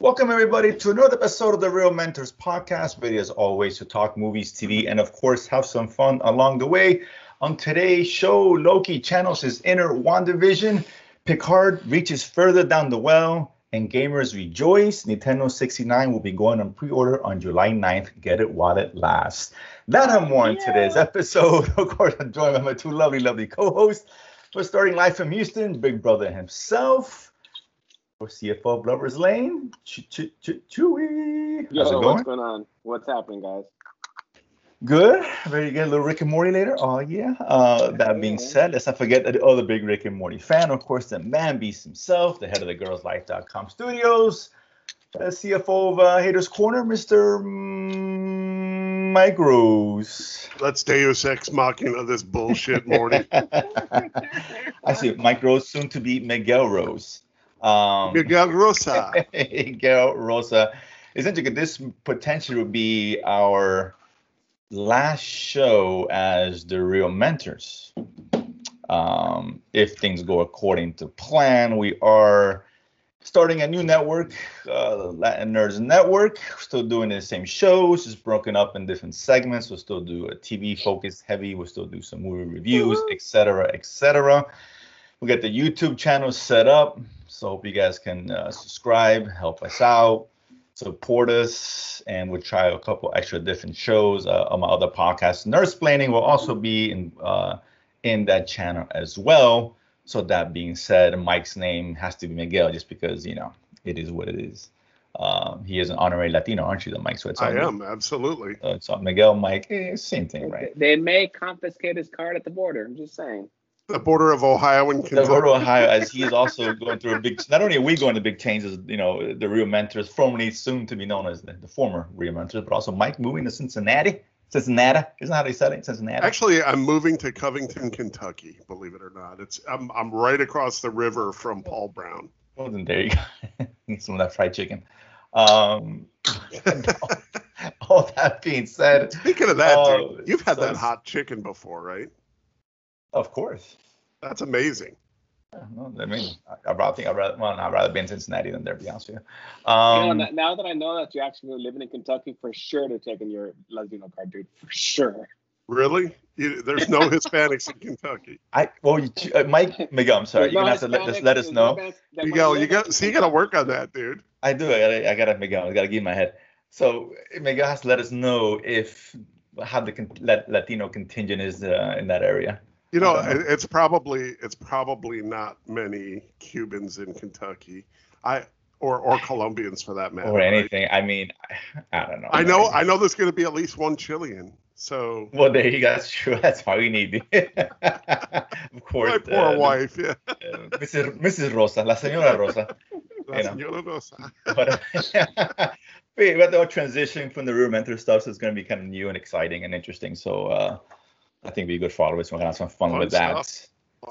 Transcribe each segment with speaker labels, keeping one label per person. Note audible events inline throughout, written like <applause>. Speaker 1: Welcome, everybody, to another episode of the Real Mentors podcast, ready as always to talk movies, TV, and of course, have some fun along the way. On today's show, Loki channels his inner WandaVision, Picard reaches further down the well, and gamers rejoice. Nintendo 69 will be going on pre order on July 9th. Get it while it lasts. That I'm on
Speaker 2: Yeah.
Speaker 1: today's episode. <laughs> Of course, I'm joined by my two lovely, lovely co hosts. We're starting live from Houston, Big Brother himself, or CFO Blubber's Lane, Ch- Ch- Ch- Chewy.
Speaker 2: Yo,
Speaker 1: How's it
Speaker 2: what's
Speaker 1: going?
Speaker 2: going on? What's happening, guys?
Speaker 1: Good. Very good. A little Rick and Morty later. Oh, yeah. Uh, that being
Speaker 2: Yeah.
Speaker 1: said, let's not forget the other big Rick and Morty fan, of course, the man beast himself, the head of the girlslife.com studios, the CFO of uh, Haters Corner, Mr. Mm, Mike Rose. <laughs>
Speaker 3: Let's Deus Ex Machina this bullshit, Morty.
Speaker 1: I see Mike Rose, soon to be Miguel Rose. Um,
Speaker 3: Miguel
Speaker 1: <laughs>
Speaker 3: Rosa.
Speaker 1: Miguel Rosa. Essentially, this potentially would be our last show as the real mentors. Um, if things go according to plan, we are starting a new network, uh, Latin Nerds Network. Still doing the same shows, just broken up in different segments. We'll still do a TV focus heavy. We'll still do some movie reviews,
Speaker 2: Woohoo.
Speaker 1: etc., etc. We got the YouTube channel set up, so hope you guys can uh, subscribe, help us out, support us, and we'll try a couple extra different shows. Uh, on my other podcast, Nurseplaining, will also be in uh, in that channel as well. So that being said, Mike's name has to be Miguel just because you know it is what it is. Um, he is an honorary Latino, aren't you, the Mike? So it's
Speaker 3: I
Speaker 1: on,
Speaker 3: am, absolutely.
Speaker 1: Uh, it's on Miguel, Mike, eh, same thing, right?
Speaker 2: They may confiscate his card at the border. I'm just saying.
Speaker 3: The border of Ohio and
Speaker 1: They go
Speaker 3: Kentucky.
Speaker 1: to Ohio as he is also going through a big. Not only are we going to big changes, you know, the real mentors, formerly soon to be known as the, the former real mentors, but also Mike moving to Cincinnati. Cincinnati, isn't that how they said it? Cincinnati.
Speaker 3: Actually, I'm moving to Covington, Kentucky, believe it or not. It's I'm I'm right across the river from Paul Brown. <laughs>
Speaker 1: Well, Oh, then there you go. <laughs> Need some of that fried chicken. Um, <laughs> all that being said,
Speaker 3: Speaking of that,
Speaker 1: Oh,
Speaker 3: dude, you've had
Speaker 1: so-
Speaker 3: that hot chicken before, right?
Speaker 1: of course,
Speaker 3: That's amazing.
Speaker 1: Yeah, no, I mean, I, I rather think I'd rather, well, no, I'd rather be in Cincinnati than there, to be honest with you.
Speaker 2: You know,
Speaker 1: Um,
Speaker 2: n- now that I know that you're actually living in Kentucky, for sure they're taking your Latino card, dude. For sure.
Speaker 3: Really? You,
Speaker 1: <laughs>
Speaker 3: there's no Hispanics in Kentucky.
Speaker 1: I well, you, uh, Mike Miguel, I'm sorry,
Speaker 2: There's
Speaker 1: you're
Speaker 2: no
Speaker 1: gonna have to let,
Speaker 2: Hispanics,
Speaker 1: just let us
Speaker 2: there's no
Speaker 1: know.
Speaker 2: Hispanics that
Speaker 3: You
Speaker 2: might
Speaker 3: got you
Speaker 2: live
Speaker 3: got
Speaker 2: in
Speaker 3: so you got to work on that, dude.
Speaker 1: I do. I gotta, I gotta make out. I gotta give my head. So Miguel has to let us know if how the con- Lat- Latino contingent is uh, in that area.
Speaker 3: You know,
Speaker 1: I don't know.
Speaker 3: it- it's probably it's probably not many Cubans in Kentucky, I or or Colombians for that matter.
Speaker 1: or
Speaker 3: right?
Speaker 1: anything. I mean, I- I don't know.
Speaker 3: Uh, I know I know there's going to be at least one Chilean. So
Speaker 1: Well, there you go. That's true. That's why we need. <laughs> of course.
Speaker 3: my poor
Speaker 1: uh, <laughs>
Speaker 3: wife, yeah.
Speaker 1: uh, Mrs. Mrs. Rosa, la señora Rosa.
Speaker 3: La
Speaker 1: know.
Speaker 3: señora Rosa.
Speaker 1: But <laughs> we we had the transition from the rudimentary stuff, so it's going to be kind of new and exciting and interesting. So uh, I think it'd be good for all of us. We're going to have some fun,
Speaker 3: Fun
Speaker 1: with that.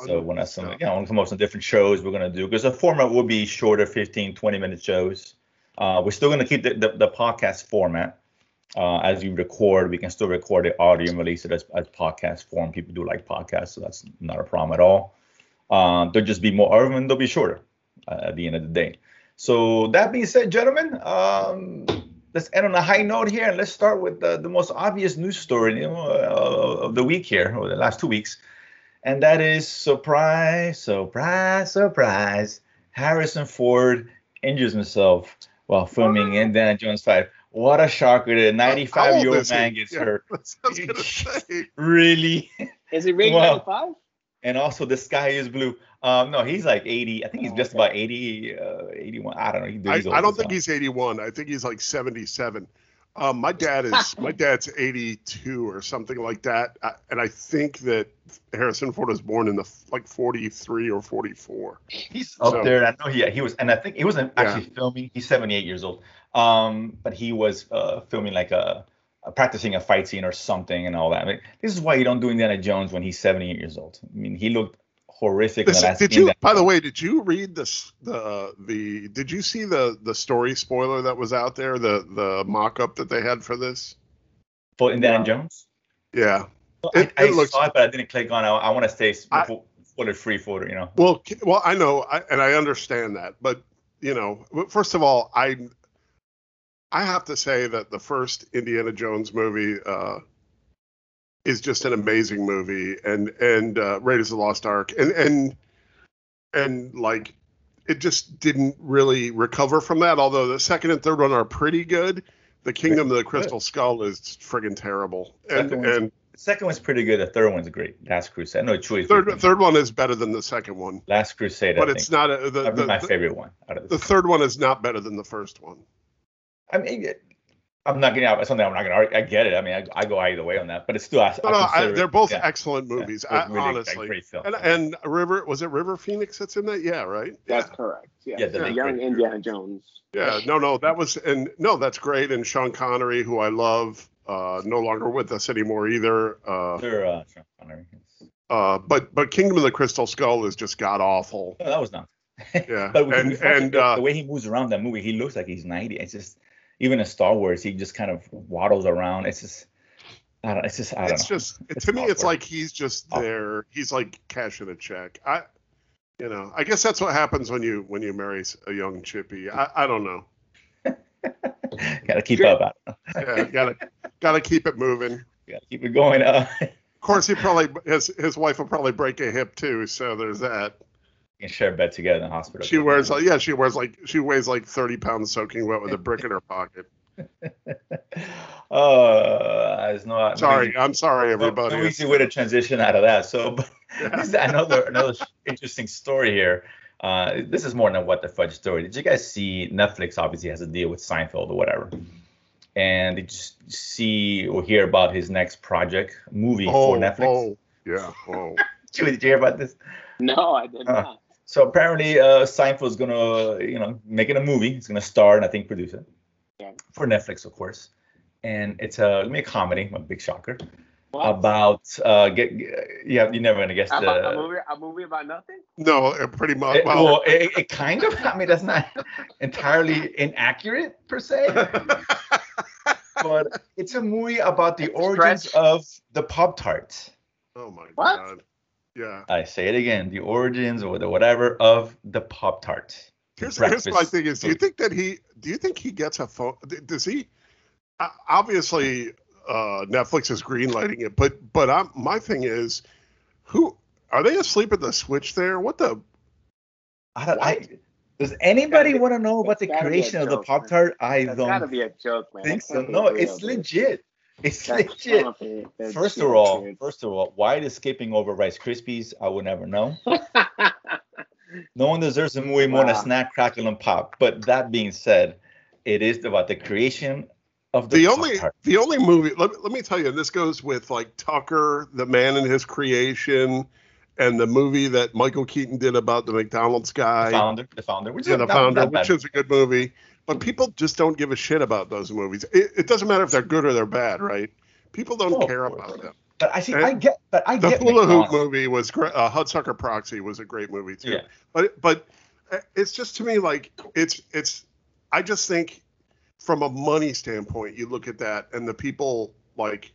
Speaker 1: So when I some,
Speaker 3: stuff.
Speaker 1: you know, some of some different shows we're gonna do because the format will be shorter, 15, 20 minute shows. Uh, we're still gonna keep the, the, the podcast format. Uh, as you record, we can still record the audio and release it as, as podcast form. People do like podcasts, so that's not a problem at all. Um, they'll just be more, and they'll be shorter uh, at the end of the day. So that being said, gentlemen, um, let's end on a high note here, and let's start with the, the most obvious news story you know, uh, of the week here, or the last two weeks, and that is surprise, surprise, surprise. Harrison Ford injures himself while filming Indiana Jones 5. What a shocker! The
Speaker 3: How old
Speaker 1: 95 year old
Speaker 3: is he?
Speaker 1: man gets
Speaker 3: Yeah.
Speaker 1: hurt.
Speaker 3: <laughs> That's what I was gonna say.
Speaker 1: Really? <laughs>
Speaker 2: Is it really
Speaker 1: Wow.
Speaker 2: 95?
Speaker 1: and also the sky is blue. Um, no, he's like 80. I think he's
Speaker 2: Oh,
Speaker 1: just
Speaker 2: okay.
Speaker 1: about 80, uh, 81. I don't know. He-
Speaker 3: I,
Speaker 1: he's old
Speaker 3: I don't
Speaker 1: as
Speaker 3: think
Speaker 1: hell.
Speaker 3: he's 81. I think he's like 77. Um, my dad is
Speaker 1: <laughs>
Speaker 3: my dad's 82 or something like that, I, and I think that Harrison Ford was born in the f- like 43 or 44.
Speaker 1: he's up
Speaker 3: so-
Speaker 1: there. I know he he was, and I think he wasn't actually filming. He's 78 years old. Um, but he was uh filming like a, a practicing a fight scene or something and all that. I mean, this is why you don't do Indiana Jones when he's 78 years old. I mean, he looked horrific. in
Speaker 3: This-
Speaker 1: the last
Speaker 3: did you?
Speaker 1: Indiana
Speaker 3: By the
Speaker 1: Jones.
Speaker 3: way, did you read this? The the did you see the the story spoiler that was out there? The the mock up that they had for this?
Speaker 1: for Indiana
Speaker 2: No.
Speaker 1: Jones?
Speaker 3: Yeah.
Speaker 1: Well,
Speaker 3: It-
Speaker 1: I, I
Speaker 3: it looks-
Speaker 1: saw it, but I didn't click on. it. I, I want to stay
Speaker 3: I-
Speaker 1: spoiler free for it. You know.
Speaker 3: Well, c- well, I know, I, and I understand that, but you know, w- first of all, I I have to say that the first Indiana Jones movie uh, is just an amazing movie, and and uh, Raiders of the Lost Ark, and and and like it just didn't really recover from that. Although the second and third one are pretty good. The Kingdom of the Crystal Skull is friggin' terrible, and
Speaker 1: Second one's-
Speaker 3: and
Speaker 1: The second one's pretty good. The third one's great. Last Crusade. No, Chewie.
Speaker 3: third third one is better than the second one,
Speaker 1: Last Crusade.
Speaker 3: but
Speaker 1: I
Speaker 3: it's
Speaker 1: think.
Speaker 3: not a, the,
Speaker 1: That'd be
Speaker 3: the,
Speaker 1: my
Speaker 3: the-
Speaker 1: favorite one. Out of the,
Speaker 3: the third one is not better than the first one.
Speaker 1: I mean, it- I'm not gonna. It's something I'm not gonna. argue. I get it. I mean, I, I go either way on that, but it's still. I,
Speaker 3: No,
Speaker 1: I
Speaker 3: no, Uh, I,
Speaker 1: consider it-
Speaker 3: they're both
Speaker 1: yeah,
Speaker 3: excellent
Speaker 1: yeah,
Speaker 3: movies.
Speaker 1: both
Speaker 3: I,
Speaker 1: really
Speaker 3: honestly,
Speaker 1: great films.
Speaker 3: and and River was it River Phoenix that's in that? Yeah, right.
Speaker 2: That's correct. Yes.
Speaker 1: Yeah, the
Speaker 2: The
Speaker 1: big
Speaker 2: young
Speaker 1: picture.
Speaker 2: Indiana Jones.
Speaker 3: Yeah, no, no, that was and no, that's great. And Sean Connery, who I love, uh, no longer with us anymore either. Uh,
Speaker 1: They're, uh, Sean Connery.
Speaker 3: uh, but but Kingdom of the Crystal Skull is just god awful.
Speaker 1: No, that was not.
Speaker 3: Yeah,
Speaker 1: But we,
Speaker 3: and
Speaker 1: we fucking-
Speaker 3: and
Speaker 1: the,
Speaker 3: uh,
Speaker 1: the way he moves around that movie, he looks like he's 90. It's just even in Star Wars, he just kind of waddles around. It's just, I don't. It's just, I don't
Speaker 3: it's
Speaker 1: know.
Speaker 3: just
Speaker 1: It's
Speaker 3: to me, it's
Speaker 1: awkward.
Speaker 3: like he's just
Speaker 1: Awkward.
Speaker 3: there. He's like cashing a check. I, you know, I guess that's what happens when you when you marry s- a young chippy. I, I don't know.
Speaker 1: <laughs> gotta keep
Speaker 2: Sure.
Speaker 1: up. I-
Speaker 3: Yeah, gotta gotta keep it moving.
Speaker 1: Gotta keep it going. Uh, <laughs>
Speaker 3: Of course, he probably his his wife will probably break a hip too. So there's that.
Speaker 1: and share a bed together in the hospital.
Speaker 3: She wears like yeah, she wears like she weighs like thirty pounds soaking wet with a brick in her pocket.
Speaker 1: <laughs> Uh, it's not.
Speaker 3: Sorry, I'm sorry
Speaker 1: no-
Speaker 3: everybody. uh,
Speaker 1: No easy way to transition out of that. So, <laughs> but this is another another interesting story here. Uh, this is more than what the fudge story. Did you guys see Netflix? Obviously, has a deal with Seinfeld or whatever. And did you see or hear about his next project movie
Speaker 3: oh,
Speaker 1: for Netflix?
Speaker 3: oh, yeah. Oh,
Speaker 1: Chewie, <laughs> did you hear about this?
Speaker 2: No, I did
Speaker 1: Uh,
Speaker 2: not.
Speaker 1: So apparently, uh, Seinfeld's gonna, you know, make it a movie. It's gonna star and I think produce it
Speaker 2: Yeah.
Speaker 1: for Netflix, of course. And it's a, gonna be a comedy, a big shocker
Speaker 2: What?
Speaker 1: about uh, get, get- yeah, you're never gonna guess the.
Speaker 2: about a movie, a movie about nothing?
Speaker 3: no, it pretty much.
Speaker 1: It,
Speaker 3: Well,
Speaker 1: well, it, it kind of. I mean, that's not <laughs> entirely inaccurate per se, but it's a movie about the
Speaker 2: It's a
Speaker 1: origins
Speaker 2: stretch.
Speaker 1: of the Pop Tart.
Speaker 3: oh my
Speaker 2: What?
Speaker 3: god. Yeah.
Speaker 1: I say it again: the origins or the whatever of the Pop Tart.
Speaker 3: Here's, here's my
Speaker 1: breakfast
Speaker 3: thing: is do you
Speaker 1: food.
Speaker 3: think that he do you think he gets a phone? Does he? Uh, obviously, uh, Netflix is greenlighting it, but but I'm, my thing is, who are they asleep at the switch there? What the?
Speaker 1: I don't. I, does anybody
Speaker 2: That's
Speaker 1: want to know about the
Speaker 2: gotta be a
Speaker 1: creation of the
Speaker 2: joke, man.
Speaker 1: Pop Tart? I
Speaker 2: That's gotta
Speaker 1: don't
Speaker 2: be a joke, man.
Speaker 1: think
Speaker 2: That
Speaker 1: so.
Speaker 2: can't be
Speaker 1: No,
Speaker 2: real,
Speaker 1: it's
Speaker 2: dude.
Speaker 1: legit. It's <laughs>
Speaker 2: That
Speaker 1: legit.
Speaker 2: can't be- that's
Speaker 1: First of
Speaker 2: shit,
Speaker 1: all,
Speaker 2: <laughs> dude.
Speaker 1: first of all, why it is skipping over Rice Krispies, I will never know. No one deserves a movie more than
Speaker 2: Wow.
Speaker 1: a snack, crackle, and pop. But that being said, it is about the creation of the,
Speaker 3: the only
Speaker 1: Pop-Tart.
Speaker 3: the only movie let, me- let me tell you and this goes with like tucker the man and his creation and the movie that michael keaton did about the mcdonald's
Speaker 1: the
Speaker 3: guy
Speaker 1: founder, the founder, which
Speaker 3: yeah,
Speaker 1: is
Speaker 3: the
Speaker 1: not,
Speaker 3: founder
Speaker 1: not
Speaker 3: which
Speaker 1: bad.
Speaker 3: is a good movie but people just don't give a shit about those movies it, it doesn't matter if they're good or they're bad right people don't
Speaker 1: Oh, of
Speaker 3: care
Speaker 1: course.
Speaker 3: about them
Speaker 1: But I see,
Speaker 3: and
Speaker 1: I get, but I
Speaker 3: the
Speaker 1: get
Speaker 3: hula hoop
Speaker 1: McDonald's.
Speaker 3: movie was great uh, hudsucker proxy was a great movie too
Speaker 1: Yeah.
Speaker 3: but but uh, it's just to me like it's it's i just think from a money standpoint you look at that and the people like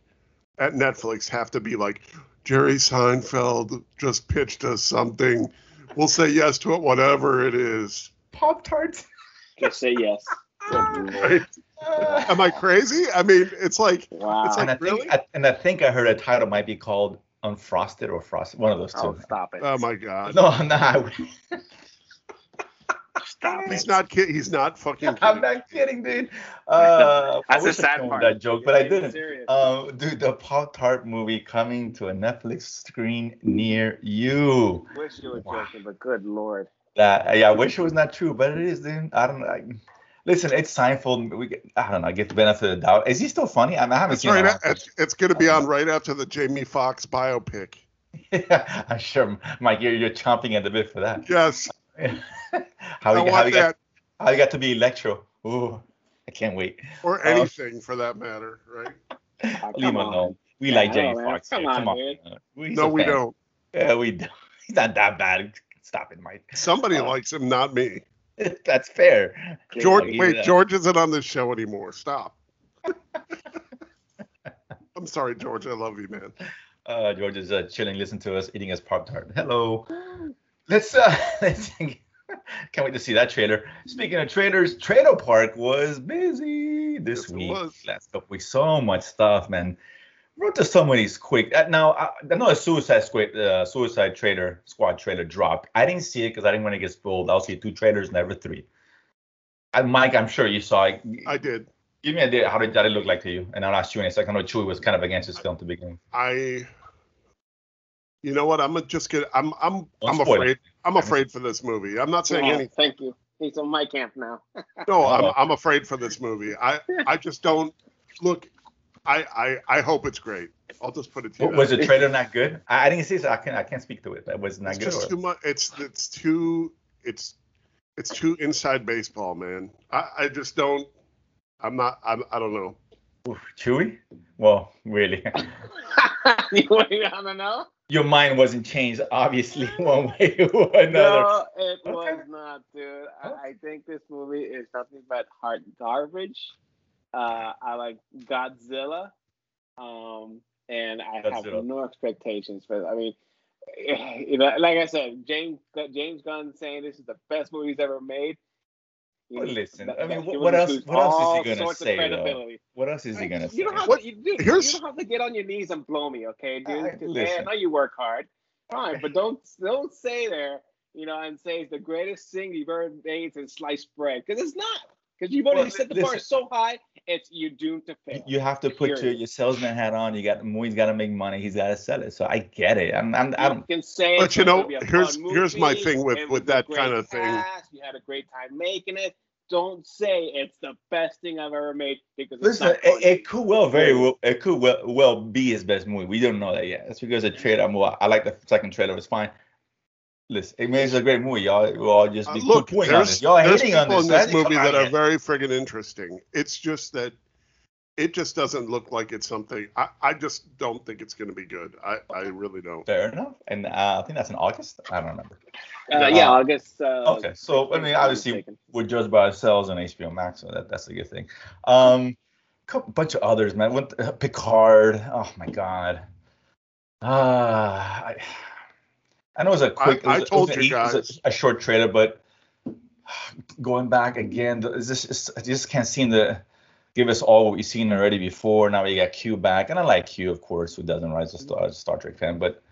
Speaker 3: at netflix have to be like jerry seinfeld just pitched us something we'll say yes to it whatever it is
Speaker 1: Pop Tarts.
Speaker 2: Just say
Speaker 1: <laughs>
Speaker 2: yes. Good lord.
Speaker 3: am i crazy i mean it's like
Speaker 2: Wow.
Speaker 3: It's
Speaker 1: Ah. and I
Speaker 3: like,
Speaker 1: think,
Speaker 3: really?
Speaker 1: I, and I think I heard a title might be called Unfrosted or Frosted, one of those
Speaker 2: oh,
Speaker 1: two.
Speaker 2: stop it.
Speaker 3: oh my
Speaker 1: <laughs>
Speaker 3: god
Speaker 1: no, I'm not. <laughs>
Speaker 2: stop
Speaker 3: he's
Speaker 2: it.
Speaker 3: not kidding he's not
Speaker 1: <laughs>
Speaker 3: fucking
Speaker 1: I'm
Speaker 3: kidding.
Speaker 1: not kidding,
Speaker 2: <laughs>
Speaker 1: dude. Uh, I
Speaker 2: That's the
Speaker 1: wish I
Speaker 2: sad
Speaker 1: told
Speaker 2: part.
Speaker 1: That joke, but I didn't.
Speaker 2: Serious.
Speaker 1: Um, dude, the Pop Tart movie coming to a Netflix screen near you.
Speaker 2: Wish you were
Speaker 1: wow.
Speaker 2: joking, but good lord.
Speaker 1: That yeah, I wish it was not true, but it is, dude. I don't. I, listen, it's Seinfeld. We get, I don't know. I get the benefit of the doubt. Is he still funny? I, mean, I haven't
Speaker 3: it's
Speaker 1: seen
Speaker 3: right
Speaker 1: him.
Speaker 3: a- it's, it's going to be on right after the jamie foxx biopic
Speaker 1: Yeah, <laughs> I'm sure, Mike. You're you're chomping at the bit for that. <laughs>
Speaker 3: yes
Speaker 1: how
Speaker 3: i
Speaker 1: you how you
Speaker 3: want that
Speaker 1: got how you got to be Electro? Ooh, I can't wait.
Speaker 3: or anything for that matter right
Speaker 2: Ah,
Speaker 1: Leave him
Speaker 2: come on.
Speaker 1: alone. We
Speaker 2: Yeah,
Speaker 1: like
Speaker 2: I
Speaker 1: Jamie
Speaker 2: know, man.
Speaker 1: Foxx. here.
Speaker 2: Come on, dude.
Speaker 1: Uh, he's
Speaker 3: no
Speaker 1: a
Speaker 3: we
Speaker 1: fan.
Speaker 3: don't
Speaker 1: Yeah, we don't. <laughs> He's not that bad. Stop it, Mike. <laughs>
Speaker 3: Somebody
Speaker 1: Uh,
Speaker 3: likes him, not me.
Speaker 1: That's fair.
Speaker 2: Good
Speaker 1: Jordan- give
Speaker 2: lord.
Speaker 3: George,
Speaker 1: it
Speaker 3: wait,
Speaker 1: up.
Speaker 3: George isn't on this show
Speaker 1: <laughs>
Speaker 3: anymore. Stop. I'm sorry, George. I love you, man.
Speaker 1: Uh, George is uh, chilling, listening to us, eating his Pop Tart. Hello. Let's, uh, <laughs> let's can't wait to see that trailer. Speaking of trailers, Trailer Park was busy. crazy this
Speaker 3: Yes, it
Speaker 1: week.
Speaker 3: was.
Speaker 1: Last couple weeks, so much stuff, man. Wrote to someone he's quick. Uh, Now, I, I know a Suicide Squad, uh, Suicide Trader Squad trailer dropped. I didn't see it because I didn't want to get spoiled. I'll see two trailers, never three. And Mike, I'm sure you saw it.
Speaker 3: I did.
Speaker 1: Give me an idea. How did that look like to you? And I'll ask you in a second. I know Chewy was kind of against this film to begin. with.
Speaker 3: I. You know what? I'm gonna just gonna. I'm. I'm.
Speaker 1: Don't
Speaker 3: I'm
Speaker 1: spoil it.
Speaker 3: afraid. I'm afraid for this movie. I'm not saying
Speaker 2: Yeah,
Speaker 3: anything.
Speaker 2: Thank you. He's on my camp now. <laughs>
Speaker 1: Oh.
Speaker 3: No, I'm. I'm afraid for this movie. I. I just don't look. I. I. I hope it's great. I'll just put it to you.
Speaker 1: Was the trailer not good? I, I didn't see it. So I can't. I can't speak to it. That was not
Speaker 3: it's
Speaker 1: good.
Speaker 3: just
Speaker 1: or-
Speaker 3: too much. It's it's too it's it's too inside baseball, man. I, I just don't. I'm not. I'm, I don't know.
Speaker 1: Oof, Chewy? Well, really. <laughs>
Speaker 2: you want to know?
Speaker 1: Your mind wasn't changed, obviously, <laughs> one way or <laughs> another.
Speaker 2: No,
Speaker 1: Okay.
Speaker 2: it
Speaker 1: Oh.
Speaker 2: was not, dude. I, I think this movie is nothing but hard garbage. Uh, I like Godzilla, um, and I
Speaker 1: Godzilla.
Speaker 2: have no expectations for. I mean, <laughs> you know, like I said, James James Gunn saying this is the best movie he's ever made. You
Speaker 1: Well,
Speaker 2: know,
Speaker 1: listen,
Speaker 2: that-
Speaker 1: I mean,
Speaker 2: that
Speaker 1: wh-
Speaker 2: he
Speaker 1: what
Speaker 2: would
Speaker 1: else-
Speaker 2: lose
Speaker 1: what else is he
Speaker 2: all
Speaker 1: gonna
Speaker 2: sorts of
Speaker 1: say, though?
Speaker 2: credibility.
Speaker 1: What else is he gonna say?
Speaker 2: You don't have
Speaker 3: What-
Speaker 2: to. You, dude,
Speaker 3: here's-
Speaker 2: you don't have to get on your knees and blow me, okay, dude?
Speaker 1: I-
Speaker 2: 'Cause, man, I
Speaker 1: listen.
Speaker 2: know you work hard. Fine, but don't don't say there, you know, and say it's the greatest thing you've ever made since sliced bread, because it's not. Because you've already
Speaker 1: Well,
Speaker 2: set the
Speaker 1: listen.
Speaker 2: bar so high, it's you're doomed to fail.
Speaker 1: You- you have to put your,
Speaker 2: Period.
Speaker 1: your salesman hat on. You got Moy's got to make money. He's got to sell it. So I get it. I'm, I'm,
Speaker 2: You
Speaker 1: I'm
Speaker 2: can say,
Speaker 3: But
Speaker 2: it's
Speaker 3: you know,
Speaker 2: gonna be a
Speaker 3: here's-
Speaker 2: fun
Speaker 3: here's my
Speaker 2: movie,
Speaker 3: thing with-
Speaker 2: it
Speaker 3: with
Speaker 2: was a
Speaker 3: that
Speaker 2: great
Speaker 3: kinda thing.
Speaker 2: cast, You had a great time making it. Don't say it's the best thing I've ever made because it's
Speaker 1: listen.
Speaker 2: not
Speaker 1: It,
Speaker 2: going to
Speaker 1: it could well very well it could well, well be his best movie. We don't know that yet. That's because the trailer. I'm, well, I like the second trailer. It's fine. Listen, it may be a great movie. Y'all will all just
Speaker 3: Uh,
Speaker 1: be
Speaker 3: look,
Speaker 1: poo-pooing on
Speaker 3: there's,
Speaker 1: this. Y'all are
Speaker 3: there's
Speaker 1: hating
Speaker 3: people
Speaker 1: on this.
Speaker 3: in
Speaker 1: That's-
Speaker 3: this movie
Speaker 1: come on,
Speaker 3: that are
Speaker 1: yeah.
Speaker 3: very friggin' interesting. It's just that it just doesn't look like it's something. I, I just don't think it's going to be good. I, I really don't.
Speaker 1: Fair enough. And uh, I think that's in August. I don't remember.
Speaker 2: be. Uh, yeah, I guess. Uh,
Speaker 1: Okay, so I mean,
Speaker 2: if I'm
Speaker 1: obviously
Speaker 2: mistaken.
Speaker 1: we're judged by ourselves on HBO Max, so that, that's a good thing. Um, a bunch of others, man. What uh, Picard? Oh my God. Ah, I, I know it was a quick.
Speaker 3: I- I
Speaker 1: it was,
Speaker 3: told
Speaker 1: it was
Speaker 3: you
Speaker 1: an eight- it was
Speaker 3: guys.
Speaker 1: a, a short trailer, but going back again, th- is this is, I just can't seem to give us all what we've seen already before. Now we got Q back, and I like Q, of course, who doesn't rise
Speaker 3: Mm-hmm.
Speaker 1: to star, Star Trek fan, but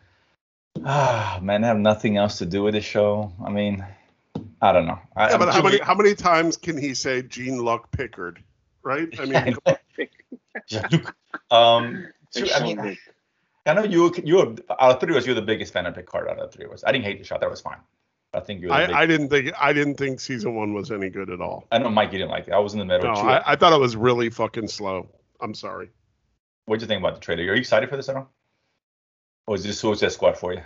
Speaker 1: ah, man, I have nothing else to do with the show. I mean, I don't know. I,
Speaker 3: Yeah,
Speaker 1: I'm
Speaker 3: but how
Speaker 1: too-
Speaker 3: many how many times can he say Gene Luck Pickard? Right?
Speaker 1: <laughs>
Speaker 3: I mean, come on.
Speaker 1: Yeah, Luke. Um, too- I mean, I know you. You were, out of three of us, you're the biggest fan of Picard. Out of the three of us, I didn't hate the shot. That was fine. I think you. Were the big-
Speaker 3: I, I didn't think I didn't think season one was any good at all.
Speaker 1: I know Mike, you didn't like it. I was in the middle.
Speaker 3: No,
Speaker 1: too.
Speaker 3: I, I thought it was really fucking slow. I'm sorry.
Speaker 1: What'd you think about the trailer? Are you excited for this at all? Or is this Suicide Squad for you?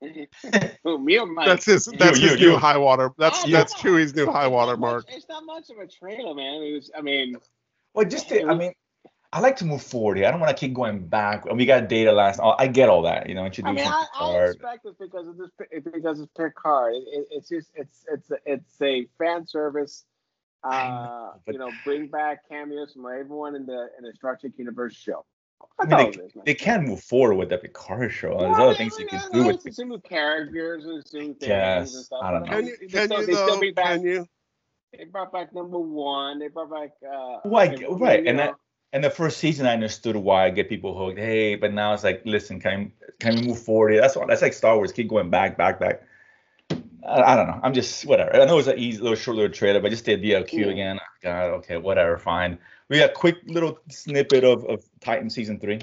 Speaker 2: <laughs> Who, me or Mike?
Speaker 3: That's his. That's
Speaker 1: you-
Speaker 3: his
Speaker 1: you-
Speaker 3: new high water. That's
Speaker 2: Oh,
Speaker 3: that's
Speaker 2: no.
Speaker 3: Chewie's new high water
Speaker 2: It's not
Speaker 3: mark.
Speaker 2: much- It's not much of a trailer, man. It was, I mean,
Speaker 1: Well, just
Speaker 2: It
Speaker 1: to, I
Speaker 2: was-
Speaker 1: mean, I like to move forward here. I don't want to keep going back. We got data last. oh, I I get all that, you know.
Speaker 2: I
Speaker 1: Introducing
Speaker 2: mean, I, I
Speaker 1: Picard.
Speaker 2: expect it because of this, because it's Picard. It, it, it's just, it's, it's, a, it's a fan service.
Speaker 1: I
Speaker 2: Uh,
Speaker 1: know, but-
Speaker 2: you know, bring back cameos from everyone in the in the Star Trek universe show.
Speaker 1: I mean,
Speaker 2: That's all it is, man.
Speaker 1: They can move forward with the Picard show.
Speaker 2: Well,
Speaker 1: There's other
Speaker 2: they-
Speaker 1: things you can
Speaker 2: they-
Speaker 1: do with.
Speaker 2: they assume characters and assume things
Speaker 1: Yes,
Speaker 2: and stuff.
Speaker 1: I don't know.
Speaker 3: Can you?
Speaker 2: They
Speaker 3: Can
Speaker 2: still-
Speaker 3: you
Speaker 2: they still
Speaker 3: though?
Speaker 2: be back-
Speaker 3: Can you?
Speaker 2: They brought back number one. They brought back. Uh,
Speaker 1: Well, I
Speaker 2: and,
Speaker 1: get- right,
Speaker 2: you
Speaker 1: and
Speaker 2: know,
Speaker 1: that- And the first season, I understood why I get people hooked. Hey, but now it's like, listen, can can we move forward? here? That's what that's like Star Wars. Keep going back, back, back. I, I don't know. I'm just whatever. I know it was an easy little short little trailer, but just the DLQ
Speaker 2: Yeah.
Speaker 1: again. Oh, God, okay, whatever, fine. We got a quick little snippet of, of Titan season three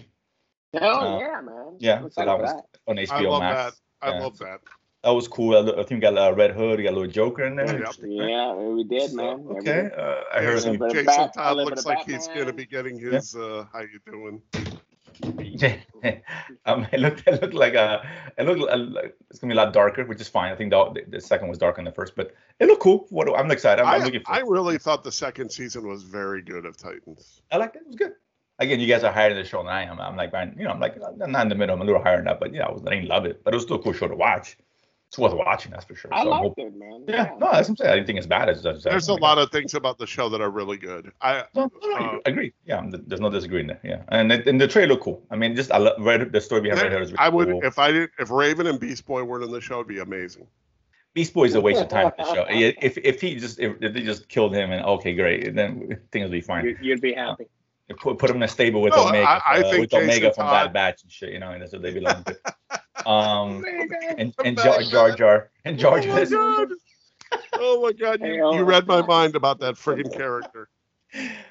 Speaker 2: Hell
Speaker 1: uh,
Speaker 2: yeah, man.
Speaker 1: yeah,
Speaker 2: What's
Speaker 1: so
Speaker 2: up
Speaker 1: that
Speaker 2: with
Speaker 1: was-
Speaker 2: that?
Speaker 1: on
Speaker 3: I
Speaker 1: HBO
Speaker 3: love
Speaker 1: Max.
Speaker 3: that. I
Speaker 1: Yeah.
Speaker 3: love that.
Speaker 1: That was cool. I, lo- I think we got a Red Hood, we got a little Joker in there.
Speaker 3: Yeah.
Speaker 1: Interesting, right?
Speaker 2: Yeah, we did, man. Yeah, we
Speaker 1: Okay.
Speaker 2: did.
Speaker 1: Uh, I heard some.
Speaker 2: but- bit of
Speaker 3: Jason
Speaker 2: Bat- a
Speaker 3: Todd
Speaker 2: little bit
Speaker 3: looks
Speaker 2: of
Speaker 3: like he's going to
Speaker 2: Batman.
Speaker 3: be getting his. Uh, how you doing?
Speaker 1: <laughs> um, it looked it looked like a it looked uh, like- it's gonna be a lot darker, which is fine. I think the the second was darker than the first, but it looked cool. What I'm excited. I'm, I'm
Speaker 3: I,
Speaker 1: looking for.
Speaker 3: I
Speaker 1: I,
Speaker 3: really thought the second season was very good of Titans.
Speaker 1: liked it. It was good. Again, you guys are higher in the show than I am. I'm like, man, you know, I'm like I'm not in the middle. I'm a little higher than that, but yeah, I, was, I didn't love it, but it was still a cool show to watch. It's worth watching, that's for sure.
Speaker 2: I
Speaker 1: So I'm
Speaker 2: liked
Speaker 1: hoping-
Speaker 2: it, man.
Speaker 1: yeah, no, that's what I'm saying. I didn't think it's bad. It's just, uh,
Speaker 3: There's a lot of things about the show that are really good. I
Speaker 1: No, no, no,
Speaker 3: Uh,
Speaker 1: you agree. Yeah, th- there's no disagreeing there. Yeah, and it, and the trailer looked cool. I mean, just I love, read the story behind Red Hood. is really
Speaker 3: I would
Speaker 1: cool. <laughs>
Speaker 3: if I did if Raven and Beast Boy weren't in the show, it'd be amazing.
Speaker 1: Beast Boy's a waste of time at the
Speaker 3: <laughs>
Speaker 1: show. If if he just if, if they just killed him and okay great then things will be fine.
Speaker 2: You, you'd be
Speaker 1: Uh,
Speaker 2: happy.
Speaker 1: Put, put him in a stable with
Speaker 3: No,
Speaker 1: Omega
Speaker 3: I- I
Speaker 1: uh,
Speaker 3: think
Speaker 1: with Omega
Speaker 3: Jason
Speaker 1: from Bad
Speaker 3: Todd-
Speaker 1: Batch and shit. You know, and that's what they belong to.
Speaker 3: <laughs>
Speaker 1: Um, and
Speaker 3: from
Speaker 1: and
Speaker 3: Bad
Speaker 1: Jar Jar
Speaker 3: Batch.
Speaker 1: Jar and Jar
Speaker 3: Oh my
Speaker 1: Jar.
Speaker 3: god! Oh my god!
Speaker 2: Hey,
Speaker 3: You,
Speaker 2: oh.
Speaker 3: you read my mind about that friggin'
Speaker 1: <laughs>
Speaker 3: character.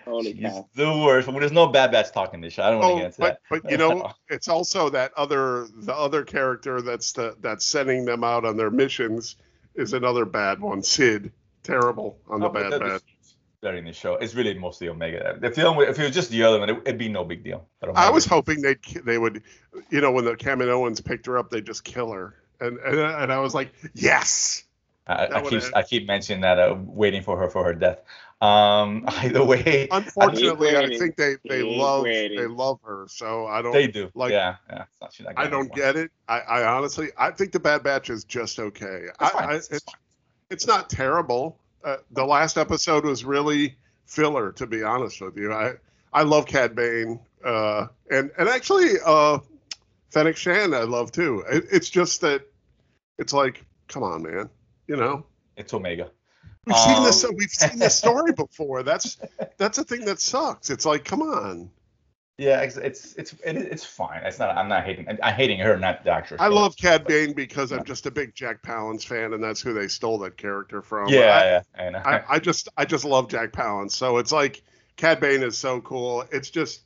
Speaker 2: Holy
Speaker 1: He's
Speaker 2: cow.
Speaker 1: the worst. Well, there's no Bad Batch talking this shit. I don't want to get
Speaker 3: Oh,
Speaker 1: into that.
Speaker 3: but but you
Speaker 1: <laughs>
Speaker 3: know, it's also that other the other character that's the that's sending them out on their missions is another bad one. Sid, terrible on the
Speaker 1: Oh, but
Speaker 3: bad
Speaker 1: that
Speaker 3: bad.
Speaker 1: is- During the show, it's really mostly Omega. If you if it was just the other one, it, it'd be no big deal. But
Speaker 3: I
Speaker 1: Omega-
Speaker 3: was hoping they would they would, you know, when the Cameron Owens picked her up, they would just kill her. And, and uh, and I was like, yes.
Speaker 1: I, I
Speaker 3: That
Speaker 1: keep
Speaker 3: would've-
Speaker 1: I keep mentioning that uh, waiting for her for her death. Um, <laughs> either way,
Speaker 3: Unfortunately, I
Speaker 2: waiting.
Speaker 3: think they they
Speaker 2: Keep
Speaker 3: love
Speaker 2: waiting.
Speaker 3: they love her. So I don't
Speaker 1: they do.
Speaker 3: like-
Speaker 1: yeah, yeah. It's not, she's not
Speaker 3: I
Speaker 1: getting
Speaker 3: don't
Speaker 1: anymore.
Speaker 3: get it. I, I honestly I think the Bad Batch is just okay. I,
Speaker 1: It's fine.
Speaker 3: I,
Speaker 1: it's,
Speaker 3: it's
Speaker 1: fine.
Speaker 3: it's not terrible. Uh, the last episode was really filler, to be honest with you. I I love Cad Bane, uh, and and actually uh, Fennec Shan I love too. It, it's just that it's like, come on, man, you know.
Speaker 1: It's Omega.
Speaker 3: We've seen this.
Speaker 1: Um,
Speaker 3: We've seen this story before. That's that's a thing that sucks. It's like, come on.
Speaker 1: Yeah, it's it's it's it, it's fine. It's not. I'm not hating. I'm, I'm hating her, not the actress.
Speaker 3: I love Cad Bane because I'm just a big Jack Palance fan, and that's who they stole that character from.
Speaker 1: Yeah,
Speaker 3: I-
Speaker 1: yeah. I, know.
Speaker 3: I, I just I just love Jack Palance. So it's like Cad Bane is so cool. It's just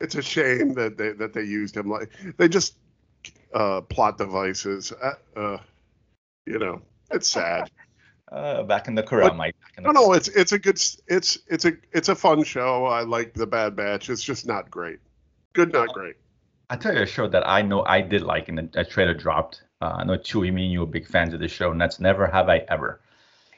Speaker 3: it's a shame that they that they used him like they just uh plot devices. Uh, uh you know, it's
Speaker 1: <laughs>
Speaker 3: sad.
Speaker 1: <laughs> uh, back in the corral,
Speaker 3: But-
Speaker 1: Mike. Back in the
Speaker 3: no, no, it's it's a good s- it's it's a it's a fun show. I like the Bad Batch. It's just not great. Good, not great.
Speaker 1: I tell you a show that I know I did like and a trailer dropped. Uh, I know Chewy, me and you were big fans of the show, and that's Never Have I Ever.